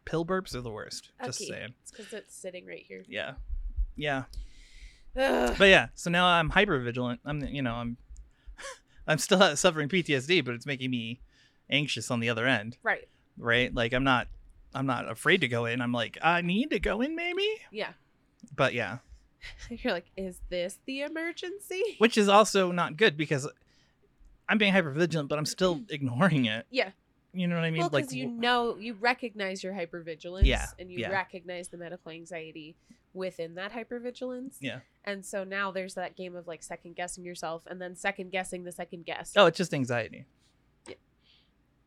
pill burps are the worst. Just
Okay.
saying.
It's because it's sitting right here.
Yeah, yeah.
Ugh.
But yeah, so now I'm hyper vigilant. I'm, you know, I'm, I'm still suffering PTSD, but it's making me anxious on the other end,
Right.
right? Like I'm not, I'm not afraid to go in. I'm like, I need to go in, maybe.
Yeah.
But yeah,
You're like, is this the emergency?
which is also not good because I'm being hyper vigilant, but I'm still ignoring it.
Yeah.
You know what I mean?
well, because
like,
you
w-
know, you recognize your hypervigilance,
Yeah,
and you
yeah.
recognize the medical anxiety within that hypervigilance.
Yeah.
And so now there's that game of like second guessing yourself, and then second guessing the second guess.
oh, it's just anxiety.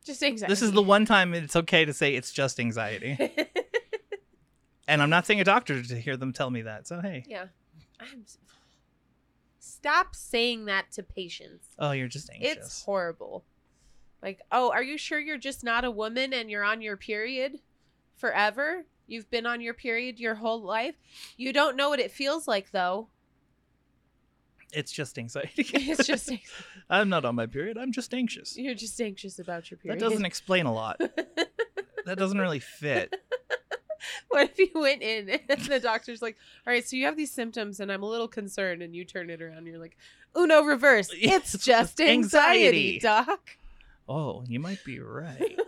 just anxiety.
This is the one time it's okay to say it's just anxiety. And I'm not seeing a doctor to hear them tell me that. So hey,
yeah. I'm. s- Stop saying that to patients.
oh, you're just anxious.
It's horrible. Like, oh, are you sure you're just not a woman and you're on your period forever? You've been on your period your whole life. You don't know what it feels like though.
It's just anxiety.
It's just
I'm not on my period. I'm just anxious.
You're just anxious about your
That
period.
doesn't explain a lot. That doesn't really fit.
what if you went in and the doctor's like, "All right, so you have these symptoms, and I'm a little concerned," and you turn it around, you're like, "Uno reverse.
Yeah,
It's just anxiety,
anxiety."
doc."
Oh, you might be right.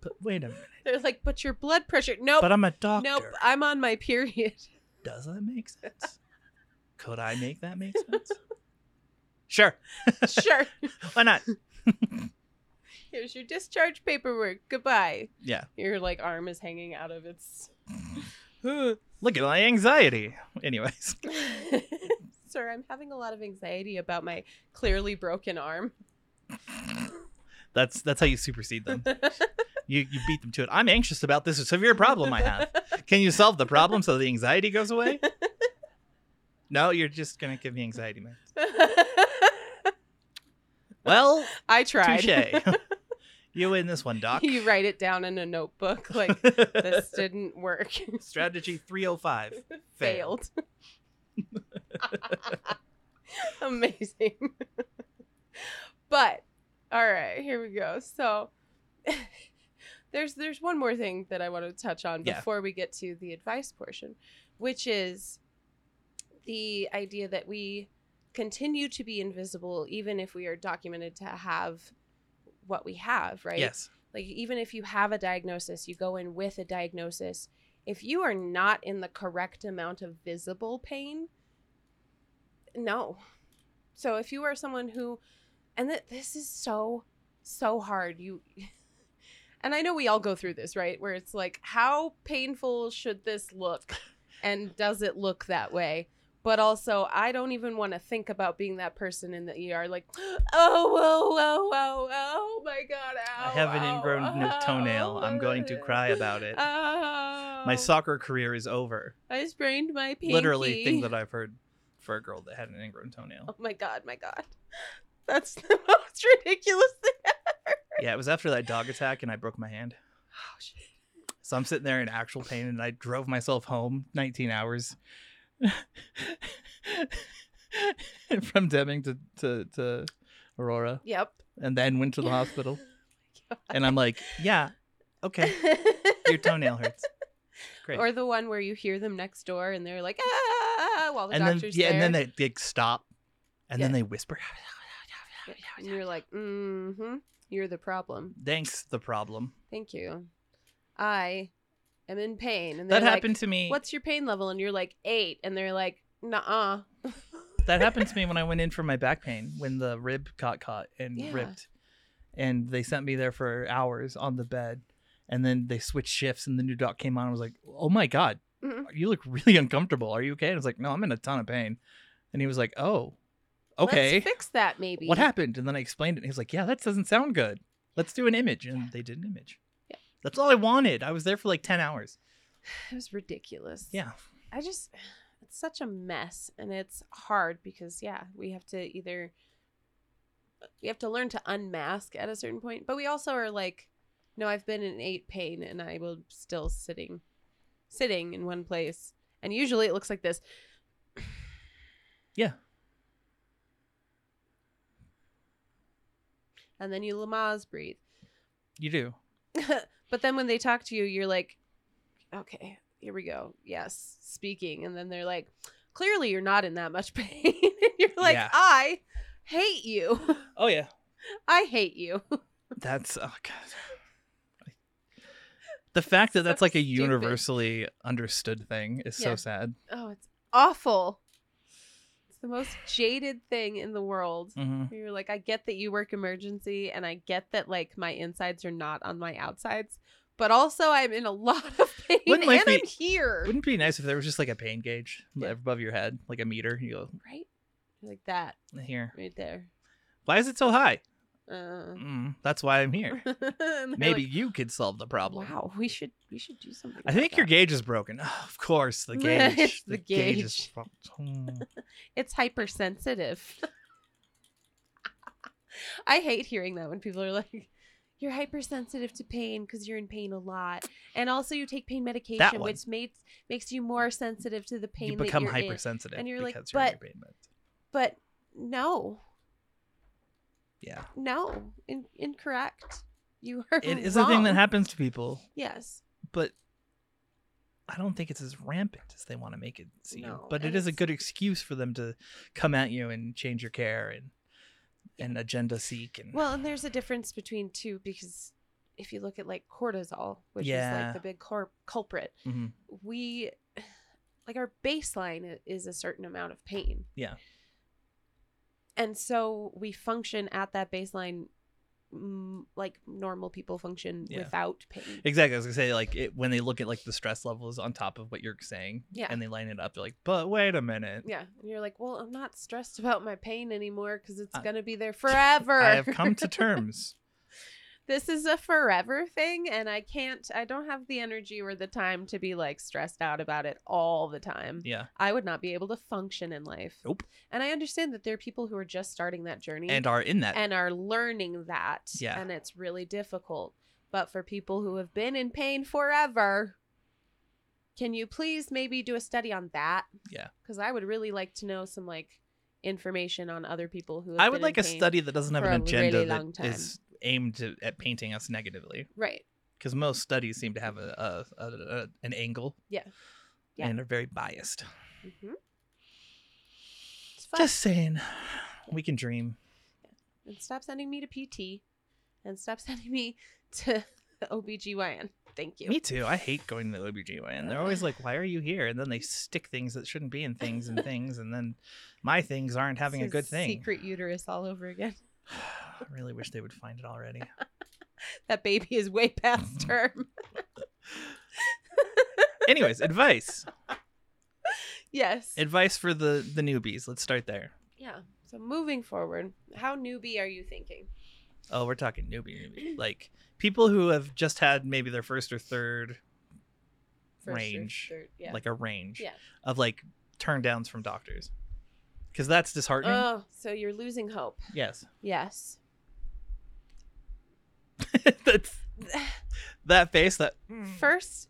But wait a minute.
They're like, "But your blood pressure? Nope,
But I'm a doctor.
nope. I'm on my period."
Does that make sense? Could I make that make sense? Sure.
sure.
Why not?
Here's your discharge paperwork. Goodbye.
Yeah.
Your like arm is hanging out of its.
Look at my anxiety. Anyways.
Sir, I'm having a lot of anxiety about my clearly broken arm.
That's that's how you supersede them. You you beat them to it. I'm anxious about this severe problem I have. Can you solve the problem so the anxiety goes away? No, you're just gonna give me anxiety, man. Well,
I tried.
touche. you win this one, Doc.
you write it down in a notebook like this didn't work.
Strategy 305 failed.
Failed. Amazing. but all right, here we go. So there's there's one more thing that I want to touch on
Yeah.
before we get to the advice portion, which is the idea that we continue to be invisible even if we are documented to have what we have, right?
Yes.
like even if you have a diagnosis you go in with a diagnosis if you are not in the correct amount of visible pain no so if you are someone who and that this is so so hard you and i know we all go through this right where it's like how painful should this look and does it look that way but also i don't even want to think about being that person in the er like oh oh oh oh oh my god ow,
I have an
ow,
ingrown
ow,
toenail.
oh,
I'm going to cry about it.
ow.
My soccer career is over.
Oh, i sprained my pinky
Literally, thing that I've heard for a girl that had an ingrown toenail.
oh my god my god that's the most ridiculous thing
Yeah, it was after that dog attack, and I broke my hand.
oh, shit.
So I'm sitting there in actual pain, and I drove myself home 19 hours from Deming to, to, to Aurora,
yep Oh
and then went to the hospital. And I'm like, yeah, okay, your toenail hurts. Great.
Or the one where you hear them next door and they're like, ah, while the
and then
doctor's
yeah,
there.
and then they, they stop, and then
Yeah.
they whisper.
and you're like, mm-hmm, you're the problem.
Thanks, the problem
Thank you. I am in pain. And they're
that
like,
happened to me.
What's your pain level? And you're like, eight. And they're like, nah-uh.
that happened to me when I went in for my back pain when the rib got caught and
Yeah.
ripped, and they sent me there for hours on the bed, and then they switched shifts and the new doc came on. and was like, "Oh my god,
Mhm.
you look really uncomfortable. Are you okay?" And I was like, "No, I'm in a ton of pain," and he was like, "Oh, okay,
Let's fix that maybe.
what happened?" And then I explained it. and He was like, "Yeah, that doesn't sound good. Let's do an image," and they did an image.
Yeah.
That's all I wanted. I was there for like ten hours.
It was ridiculous.
Yeah.
I just, it's such a mess and it's hard because, yeah, we have to either, we have to learn to unmask at a certain point, but we also are like, no, I've been in eight pain and I will still sitting, sitting in one place. And usually it looks like this.
Yeah.
And then you Lamaze breathe.
You do.
but then when they talk to you, you're like, okay, here we go. Yes, speaking. And then they're like, clearly you're not in that much pain. and you're like,
Yeah.
I hate you.
Oh yeah.
I hate you.
That's oh god. The fact that that's like a
stupid.
universally understood thing is
Yeah.
so sad.
Oh, it's awful. It's the most jaded thing in the world.
hmm
You're like, I get that you work emergency and I get that like my insides are not on my outsides, but also I'm in a lot of pain
Wouldn't life
and
be-
I'm here.
Wouldn't it be nice if there was just like a pain gauge
Yeah.
above your head, like a meter? You go
Right? Like that
here.
right there.
Why is it so high?
Uh,
Mm, that's why I'm here.
And they're
Maybe
like,
you could solve the problem.
Wow, we should we should do something.
I
about
think your
that.
gauge is broken. Oh, of course, the gauge.
It's the
is
gauge.
fucked. Mm.
it's hypersensitive. I hate hearing that when people are like, "You're hypersensitive to pain because you're in pain a lot, and also you take pain medication,
one.
which makes makes you more sensitive to the pain."
you become
that you're in."
hypersensitive
and you're like,
because you're in your
"But-
pain meds."
But no,
Yeah,
no, in- incorrect. You are.
it is a thing that
wrong.
happens to people.
Yes,
but I don't think it's as rampant as they want to make it seem.
No,
but it
and
is a
it's-
good excuse for them to come at you and change your care and and agenda seek and
Well, and there's a difference between two because if you look at like cortisol, which is
Yeah.
like the big cor- culprit,
Mhm.
we like our baseline i- is a certain amount of pain.
Yeah.
And so we function at that baseline mm, like normal people function
Yeah.
without pain.
exactly. I was gonna say like it, when they look at like the stress levels on top of what you're saying,
Yeah.
and they line it up. They're like, but wait a minute,
yeah. And you're like, well, I'm not stressed about my pain anymore because it's
I-
going to be there forever.
I have come to terms.
this is a forever thing and i can't i don't have the energy or the time to be like stressed out about it all the time
yeah,
i would not be able to function in life
Nope.
and i understand that there are people who are just starting that journey
and are in that.
and are learning that
Yeah.
and it's really difficult but for people who have been in pain forever can you please maybe do a study on that
Yeah.
because i would really like to know some like information on other people who have
I would
been
like
in
a
pain.
study that doesn't have
for
an
a
agenda
really
that
long time.
is aimed to, at painting us negatively,
right
because most studies seem to have a, a, a, a an angle.
Yeah. Yeah.
And are very biased.
hmm it's fun.
Just saying, we can dream.
and stop sending me to PT and stop sending me to OBGYN. Thank you.
Me too. I hate going to the OBGYN. They're always like, why are you here? And then they stick things that shouldn't be in things and things. And then my things aren't having a
This
good
is
thing.
Secret uterus all over again.
I really wish they would find it already.
That baby is way past term.
Anyways, advice.
yes.
Advice for the the newbies. Let's start there.
yeah. So moving forward, how newbie are you thinking?
Oh, we're talking newbie, newbie. Like people who have just had maybe their first or third
First or
range,
third- yeah.
like a range
Yeah.
of like turn downs from doctors. Cuz that's disheartening.
oh, so you're losing hope.
yes.
Yes.
that's that face that
Hmm.
Mm.
First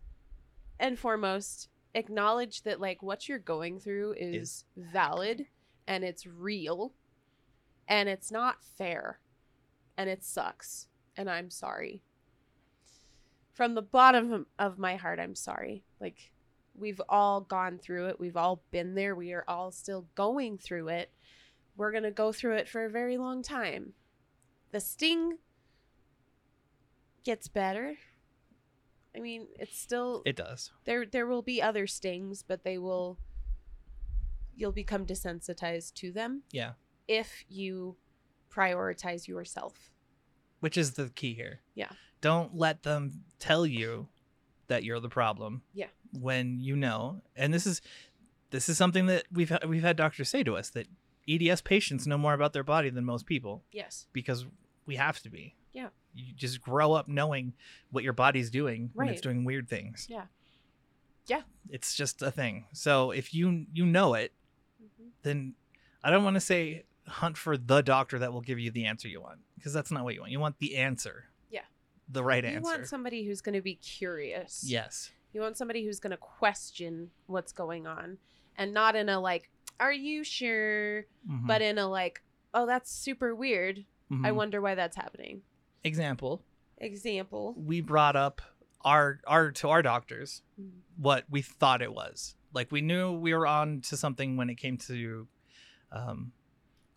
and foremost, acknowledge that like what you're going through is,
Is-
valid and it's real and it's not fair and it sucks and I'm sorry. From the bottom of my heart, I'm sorry. Like we've all gone through it. We've all been there. We are all still going through it. We're going to go through it for a very long time. The sting gets better. I mean, it's still
it does.
there there will be other stings but they will you'll become desensitized to them
Yeah.
if you prioritize yourself
Which is the key here.
Yeah.
Don't let them tell you that you're the problem.
Yeah.
When you know, and this is this is something that we've ha- we've had doctors say to us that EDS patients know more about their body than most people
yes
because we have to be.
Yeah.
You just grow up knowing what your body's doing when it's
Right.
doing weird things.
Yeah. Yeah.
It's just a thing. So if you you know it, then I don't want to say hunt for the doctor that will give you the answer you want because that's not what you want. You want the answer.
Yeah.
The right
you
answer.
want somebody who's going to be curious
yes.
you want somebody who's going to question what's going on and not in a like are you sure
Mhm.
but in a like oh that's super weird i
Mhm.
wonder why that's happening
example.
example
We brought up our our to our doctors
Mhm.
what we thought it was. Like we knew we were on to something when it came to um,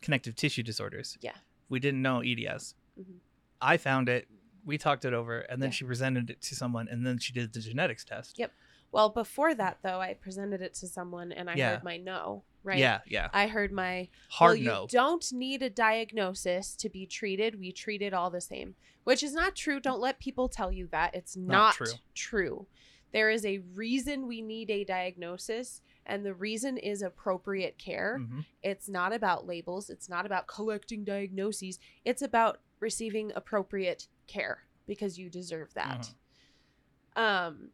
connective tissue disorders.
Yeah.
We didn't know EDS.
Mhm.
I found it. We talked it over, and then
Yeah.
she presented it to someone, and then she did the genetics test.
Yeah. well before that though i presented it to someone and i
Yeah.
heard my no right
Yeah, yeah.
i heard my
Hard
well,
no.
You don't need a diagnosis to be treated. We treat it all the same, which is not true. Don't let people tell you that. It's
Not
not,
true.
true. There is a reason we need a diagnosis, and the reason is appropriate care.
Mhm.
It's not about labels, it's not about collecting diagnoses, it's about receiving appropriate care because you deserve that.
Mm-hmm.
Um,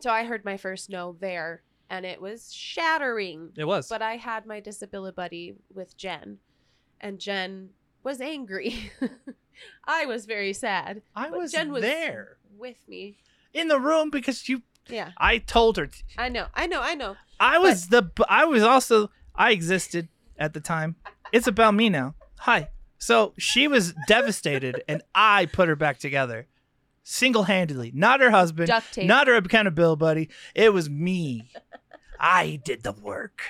so I heard my first no there, and it was shattering.
It was.
But I had my disability buddy with Jen, and Jen was angry. I was very sad.
I
but
was
Jen was
there
with me.
in the room because you.
Yeah,
I told her. t-
I know, I know, I know.
I was the. b- I was also. I existed at the time. It's about me now. Hi. So she was devastated, and I put her back together, single-handedly. Not her husband.
Duct tape.
Not her accountability buddy. It was me. I did the work.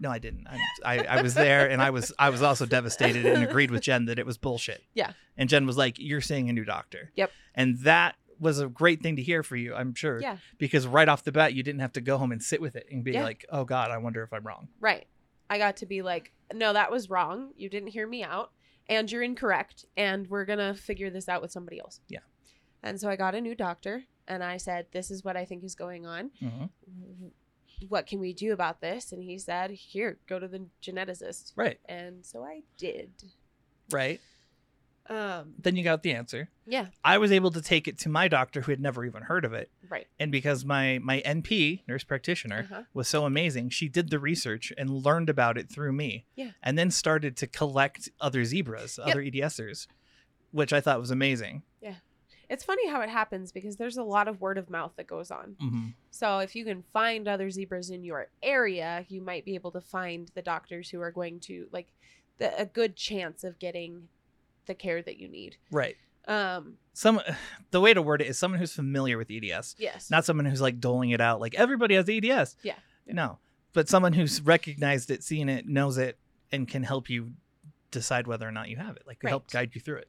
No, I didn't. I, I, I was there, and I was I was also devastated, and agreed with Jen that it was bullshit.
Yeah.
And Jen was like, "You're seeing a new doctor."
Yep.
And that was a great thing to hear for you, I'm sure.
Yeah.
Because right off the bat, you didn't have to go home and sit with it and be
Yeah.
like, "Oh God, I wonder if I'm wrong."
right. I got to be like, no, that was wrong. You didn't hear me out, and you're incorrect, and we're gonna figure this out with somebody else.
Yeah.
And so I got a new doctor, and I said, this is what I think is going on. What can we do about this? And he said, here, go to the geneticist.
Right.
And so I did.
Right.
Um,
Then you got the answer.
yeah,
I was able to take it to my doctor who had never even heard of it,
right.
and because my my NP nurse practitioner
Uh-huh.
was so amazing. She did the research and learned about it through me.
Yeah.
And then started to collect other zebras,
Yep.
other EDSers, which I thought was amazing.
It's funny how it happens because there's a lot of word of mouth that goes on.
Mm-hmm.
So if you can find other zebras in your area, you might be able to find the doctors who are going to like the, a good chance of getting the care that you need.
Right.
Um,
Some the way to word it is someone who's familiar with EDS,
yes.
not someone who's like doling it out like everybody has EDS.
Yeah. Yeah.
No, but someone who's recognized it, seen it, knows it, and can help you decide whether or not you have it. Like
Right.
help guide you through it.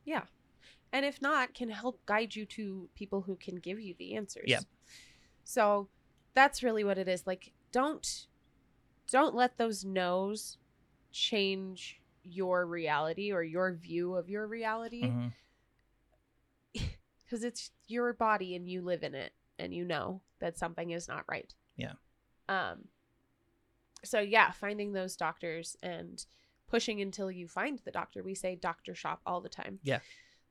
and if not, can help guide you to people who can give you the answers.
Yeah.
So that's really what it is. Like, don't don't let those no's change your reality or your view of your reality
Mhm.
because it's your body and you live in it and you know that something is not right.
Yeah.
Um so yeah, finding those doctors and pushing until you find the doctor. We say doctor shop all the time.
Yeah.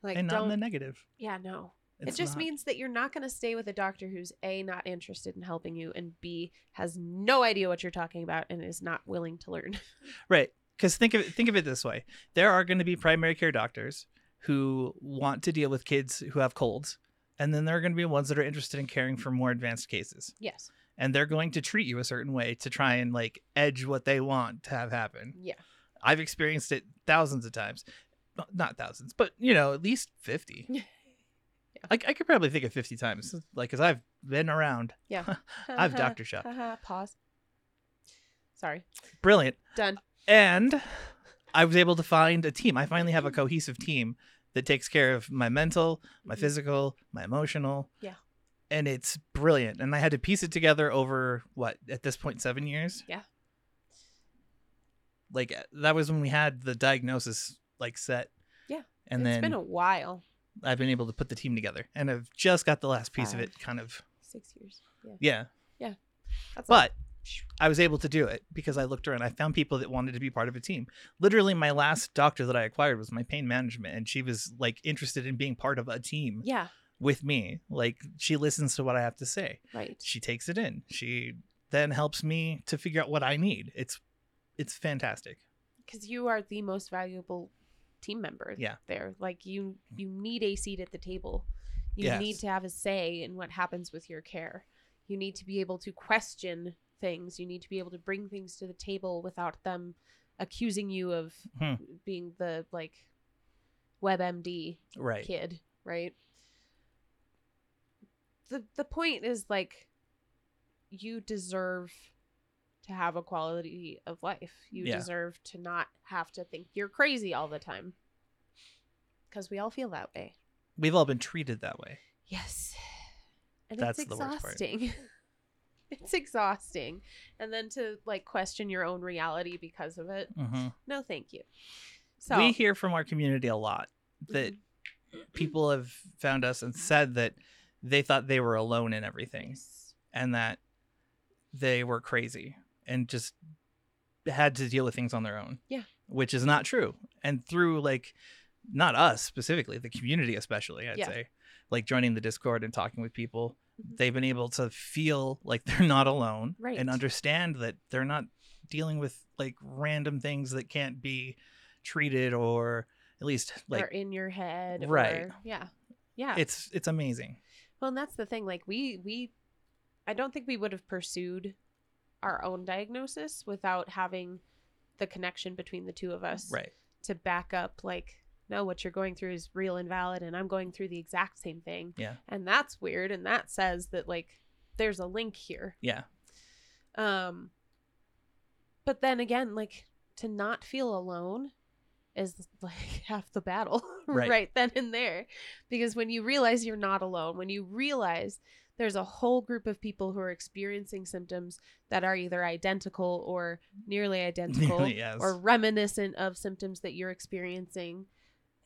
Like
and not in
don't
the negative.
Yeah, no. it
It's
just
not-
means that you're not going to stay with a doctor who's A not interested in helping you and B has no idea what you're talking about and is not willing to learn.
right because think of it think of it this way there are going to be primary care doctors who want to deal with kids who have colds and then there are going to be ones that are interested in caring for more advanced cases
yes.
and they're going to treat you a certain way to try and like edge what they want to have happen
Yeah.
i've experienced it thousands of times Well, not thousands but you know at least 50
Yeah.
I, I could probably think of 50 times like because i've been around
Yeah. Uh-huh.
i've doctor shop
Pause. Sorry.
brilliant
Done.
and I was able to find a team. I finally have a cohesive team that takes care of my mental, my
Mhm.
physical, my emotional.
Yeah.
And it's brilliant. And I had to piece it together over what at this point seven years.
Yeah.
Like uh, that was when we had the diagnosis like set.
Yeah.
And
it's
then
been a while.
I've been able to put the team together, and I've just got the last piece of
Five.
it kind of
Six years.
yeah.
That's
But I was able to do it because I looked around. I found people that wanted to be part of a team. Literally, my last doctor that I acquired was my pain management, and she was like interested in being part of a team
yeah,
with me. Like she listens to what I have to say.
right.
She takes it in. She then helps me to figure out what I need. It's it's fantastic.
Because you are the most valuable team member.
Yeah. Mm-hmm.
There, like you, you need a seat at the table. You
Yes.
need to have a say in what happens with your care. You need to be able to question things. You need to be able to bring things to the table without them accusing you of
Hmm.
being the like WebMD
Right.
kid, right? The the point is like you deserve to have a quality of life. You
Yeah.
deserve to not have to think you're crazy all the time. Cuz we all feel that way.
We've all been treated that way.
Yes. And
That's
it's
the worst part.
exhausting. it's exhausting. And then to like question your own reality because of it.
hmm
No, thank you. So
we hear from our community a lot that
Mhm.
people have found us and said that they thought they were alone in everything.
Yes.
and that they were crazy and just had to deal with things on their own.
Yeah.
Which is not true. And through like not us specifically, the community especially, I'd
Yeah.
say, like joining the Discord and talking with people,
Mhm.
they've been able to feel like they're not alone
Right.
and understand that they're not dealing with like random things that can't be treated or at least
or
like
in your head
Right.
or- yeah yeah
it's it's amazing.
well and that's the thing like we we i don't think we would have pursued our own diagnosis without having the connection between the two of us
Right.
to back up like no what you're going through is real and valid and i'm going through the exact same thing
Yeah.
and that's weird and that says that like there's a link here
Yeah.
um but then again like to not feel alone is like half the battle
Right.
right. then and there because when you realize you're not alone when you realize there's a whole group of people who are experiencing symptoms that are either identical or nearly identical
Nearly, yes.
or reminiscent of symptoms that you're experiencing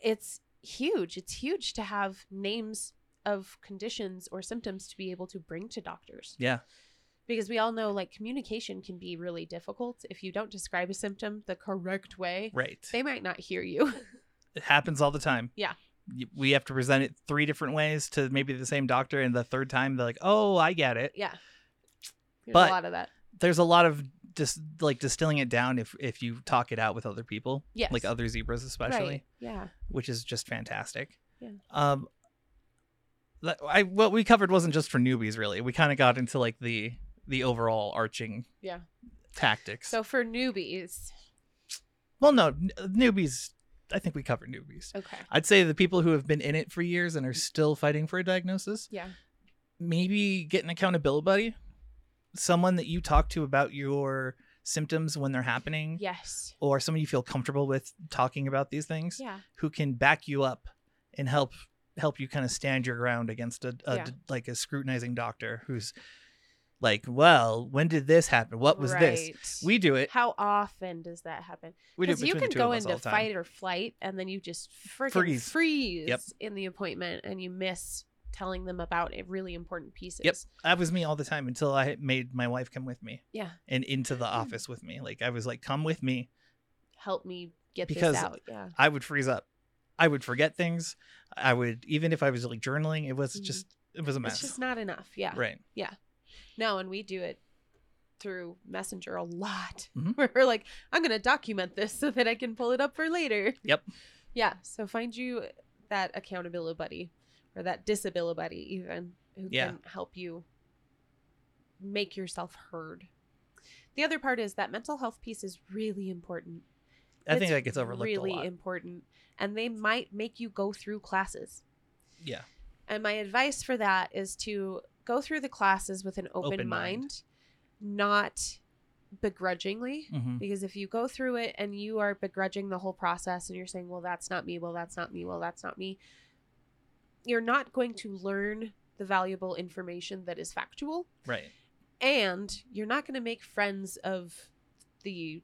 it's huge it's huge to have names of conditions or symptoms to be able to bring to doctors
Yeah.
because we all know like communication can be really difficult if you don't describe a symptom the correct way
Right.
they might not hear you
it happens all the time.
Yeah.
Y- We have to present it three different ways to maybe the same doctor, and the third time they're like, "Oh, I get it."
yeah there's
But-
a lot of that
There's a lot of just like distilling it down if if you talk it out with other people,
Yes.
like other zebras especially,
right yeah
which is just fantastic.
Yeah.
Um. that- I what we covered wasn't just for newbies, really. We kind of got into like the the overall arching
yeah
tactics.
so for newbies
well, no, n- newbies. I think we covered newbies.
okay
I'd say the people who have been in it for years and are still fighting for a diagnosis.
yeah
maybe get an accountability buddy, someone that you talk to about your symptoms when they're happening,
yes
or someone you feel comfortable with talking about these things,
yeah
who can back you up and help help you kind of stand your ground against a, a
Yeah.
like a scrutinizing doctor who's like, well, when did this happen? What was this?
Right.
We do it.
How often does that happen?
We do it
Because you can
between the two
go
of us all
into
the time.
fight or flight, and then you just freaking freeze,
Freeze. Yep.
in the appointment, and you miss telling them about it- really important pieces.
That was me all the time until I made my wife come with me
Yeah,
and into
Mm.
the office with me. Like I was like, come with me.
help me get
Because-
this out. Yeah,
I would freeze up. I would forget things. I would even if I was like journaling, it was
Mhm.
just it was a mess.
it's just not enough. Yeah,
Right.
no, and we do it through Messenger a lot.
Mhm.
Where we're like, I'm gonna document this so that I can pull it up for later.
Yep.
Yeah. So find you that accountability buddy or that disability buddy even who
Yeah.
can help you make yourself heard. The other part is that mental health piece is really important.
I think
It's
that gets overlooked
really
a lot.
important. And they might make you go through classes.
yeah.
And my advice for that is to go through the classes with an open,
Open mind.
mind, not begrudgingly.
hmm
Because if you go through it and you are begrudging the whole process and you're saying, well, that's not me, well, that's not me, well, that's not me, you're not going to learn the valuable information that is factual.
Right.
And you're not going to make friends of the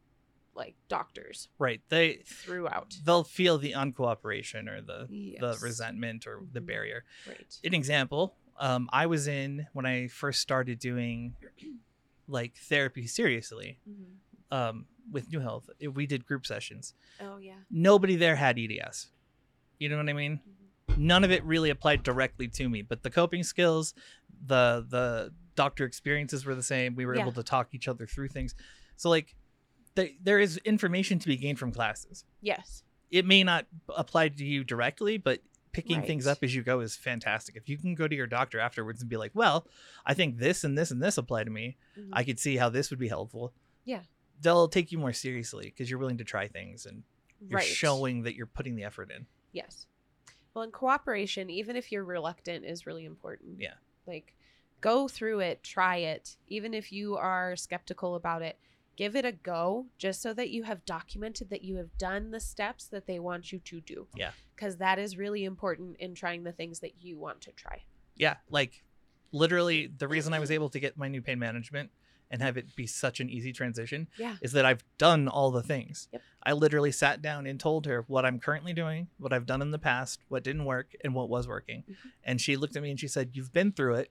like doctors
Right. They
throughout.
they'll feel the uncooperation or the
Yes.
the resentment or the
Mhm.
barrier.
Right.
an example um i was in when i first started doing like therapy seriously
Mhm.
um with new health it- we did group sessions
Oh, yeah.
nobody there had eds you know what i mean
Mhm.
none of it really applied directly to me but the coping skills the the doctor experiences were the same we were
Yeah.
able to talk each other through things so like th- there is information to be gained from classes
Yes.
it may not apply to you directly, but picking things
Right.
up as you go is fantastic. If you can go to your doctor afterwards and be like, "Well, I think this and this and this apply to me.
Mhm.
I could see how this would be helpful."
Yeah.
They'll take you more seriously because you're willing to try things and you're showing that you're putting the effort in.
Yes. Well, and cooperation, even if you're reluctant, is really important.
Yeah.
Like, go through it, try it. Even if you are skeptical about it, give it a go just so that you have documented that you have done the steps that they want you to do.
Yeah.
Because that is really important in trying the things that you want to try.
Yeah, like literally the reason I was able to get my new pain management and have it be such an easy transition
Yeah.
is that I've done all the things.
Yep.
I literally sat down and told her what I'm currently doing, what I've done in the past, what didn't work, and what was working.
Mhm.
And she looked at me and she said, "You've been through it.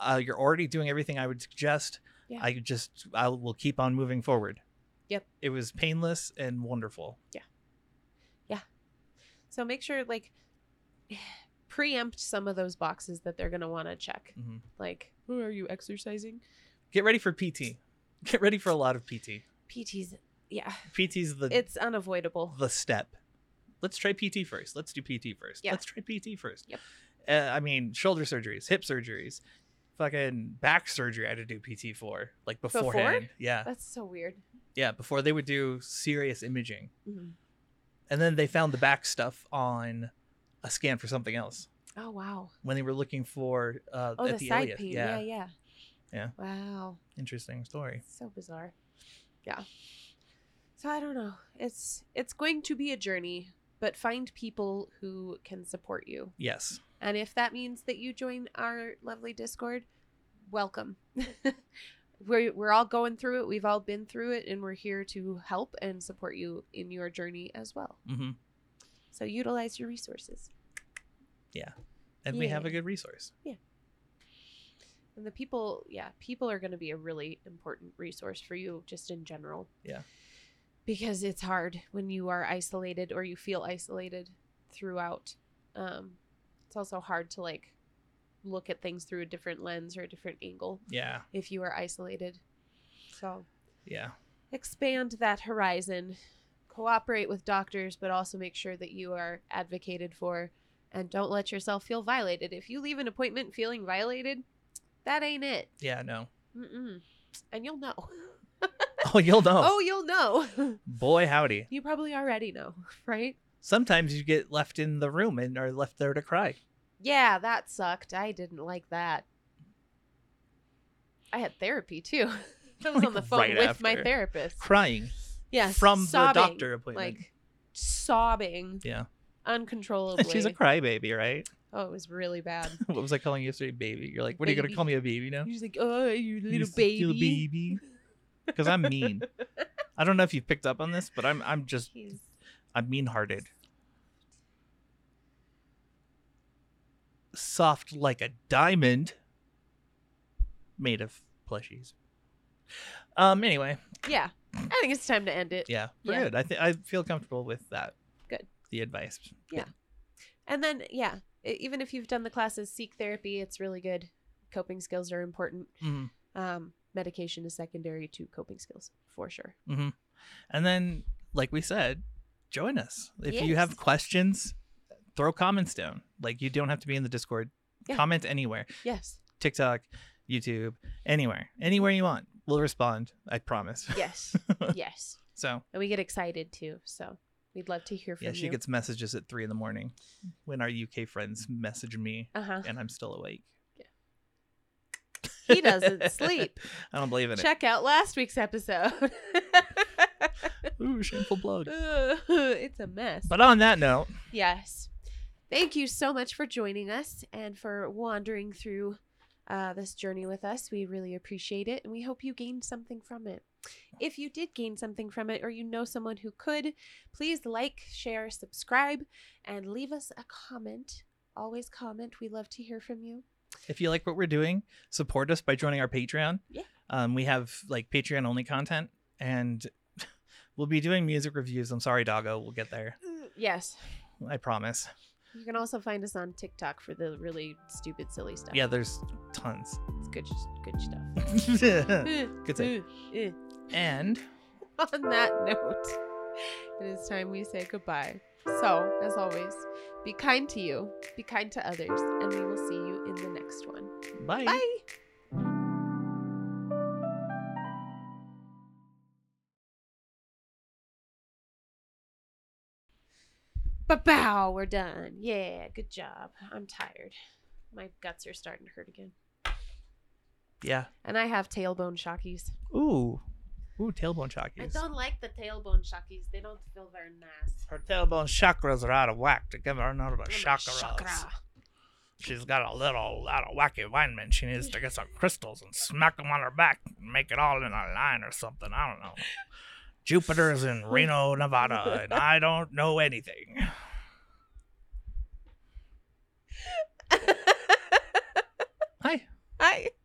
Uh, you're already doing everything I would suggest.
Yeah.
I just I will keep on moving forward."
Yep.
It was painless and wonderful.
So make sure, like, preempt some of those boxes that they're going to want to check.
Mhm.
Like, oh, are you exercising?
Get ready for PT. Get ready for a lot of PT.
PT's, yeah,
PT's the
it's unavoidable.
the step. Let's try PT first. Let's do PT first.
Yeah.
Let's try PT first.
Yep.
Uh, I mean, shoulder surgeries, hip surgeries, fucking back surgery. I had to do PT for like beforehand. Yeah,
That's so weird.
yeah. Before they would do serious imaging, and then they found the back stuff on a scan for something else
Oh wow!
when they were looking for uh,
Oh,
at
the,
the,
side
ileus.
pain.
Yeah.
Yeah. yeah,
Yeah.
Wow,
interesting story.
so bizarre. Yeah. So I don't know. It's it's going to be a journey, but find people who can support you.
Yes,
And if that means that you join our lovely Discord, welcome. we're we're all going through it. We've all been through it, and we're here to help and support you in your journey as well.
hmm
So utilize your resources.
and we have a
Yeah.
good resource.
And the people, yeah, people are going to be a really important resource for you just in general.
Yeah.
Because it's hard when you are isolated or you feel isolated throughout. Um, it's also hard to like look at things through a different lens or a different angle
Yeah,
if you are isolated. So
yeah,
expand that horizon, cooperate with doctors, but also make sure that you are advocated for and don't let yourself feel violated. If you leave an appointment feeling violated, that ain't it.
yeah. No,
Mm-mm. And you'll know.
oh, you'll know.
Oh, you'll know.
Boy, howdy.
you probably already know, right?
Sometimes you get left in the room and are left there to cry.
Yeah, that sucked. I didn't like that. I had therapy too. I was
Like,
on the phone
right
with my
after.
therapist.
crying
Yes,
from
sobbing,
the doctor appointment.
like sobbing
yeah,
uncontrollably.
she's a crybaby, right?
Oh, it was really bad.
what was I calling you yesterday? Baby. You're like, what are you gonna
Baby.
call me a baby now?
You're just like, oh, you
You
little
just
baby.
Little baby. Because I'm mean. I don't know if you've picked up on this, but I'm I'm just
He's-
I'm mean hearted. Soft like a diamond. Made of plushies. Um anyway,
yeah, I think it's time to end it.
yeah. We're
Yeah.
good. I think I feel comfortable with that.
Good.
The advice.
And then, yeah, e- even if you've done the classes, seek therapy. It's really good. Coping skills are important.
Mhm,
Um, medication is secondary to coping skills for sure.
mhm. And then, like we said, join us. If you
Yes.
have questions, throw comments down. Like you don't have to be in the Discord.
Yeah.
Comment anywhere.
Yes,
TikTok, YouTube, anywhere. Anywhere you want. We'll respond. I promise.
yes, yes.
So
And we get excited too. So we'd love to hear from
yeah, she
you.
gets messages at three in the morning when our UK friends message me
uh huh.
and I'm still awake.
He doesn't sleep.
I don't believe in
Check out last week's episode.
it. Ooh, shameful plug.
it's a mess.
But on that note,
Yes. Thank you so much for joining us and for wandering through uh, this journey with us. We really appreciate it and we hope you gained something from it. If you did gain something from it or you know someone who could, please like, share, subscribe, and leave us a comment. Always comment. We love to hear from you.
if you like what we're doing, support us by joining our Patreon.
Yeah.
Um, we have like Patreon only content and we'll be doing music reviews. I'm sorry, doggo. We'll get there.
Yes.
I promise.
You can also find us on TikTok for the really stupid, silly stuff.
Yeah, there's tons.
It's good, good stuff. Eh,
Good say.
eh, eh.
And
on that note, it is time we say goodbye. So, as always, be kind to you, be kind to others, and we will see you in the next one. Bye. But bow, we're done. Yeah, good job. I'm tired. My guts are starting to hurt again.
Yeah.
And I have tailbone shockies.
Ooh. Ooh, tailbone
I
shockies.
don't like the tailbone shockies. They don't feel very nice.
Her tailbone chakras are out of whack. To give her another
I'm a
chakras.
chakra.
She's got a little out of wacky alignment. She needs to get some crystals and smack them on her back and make it all in a line or something. I don't know. Jupiter's in Reno, Nevada, and I don't know anything. Hi.
I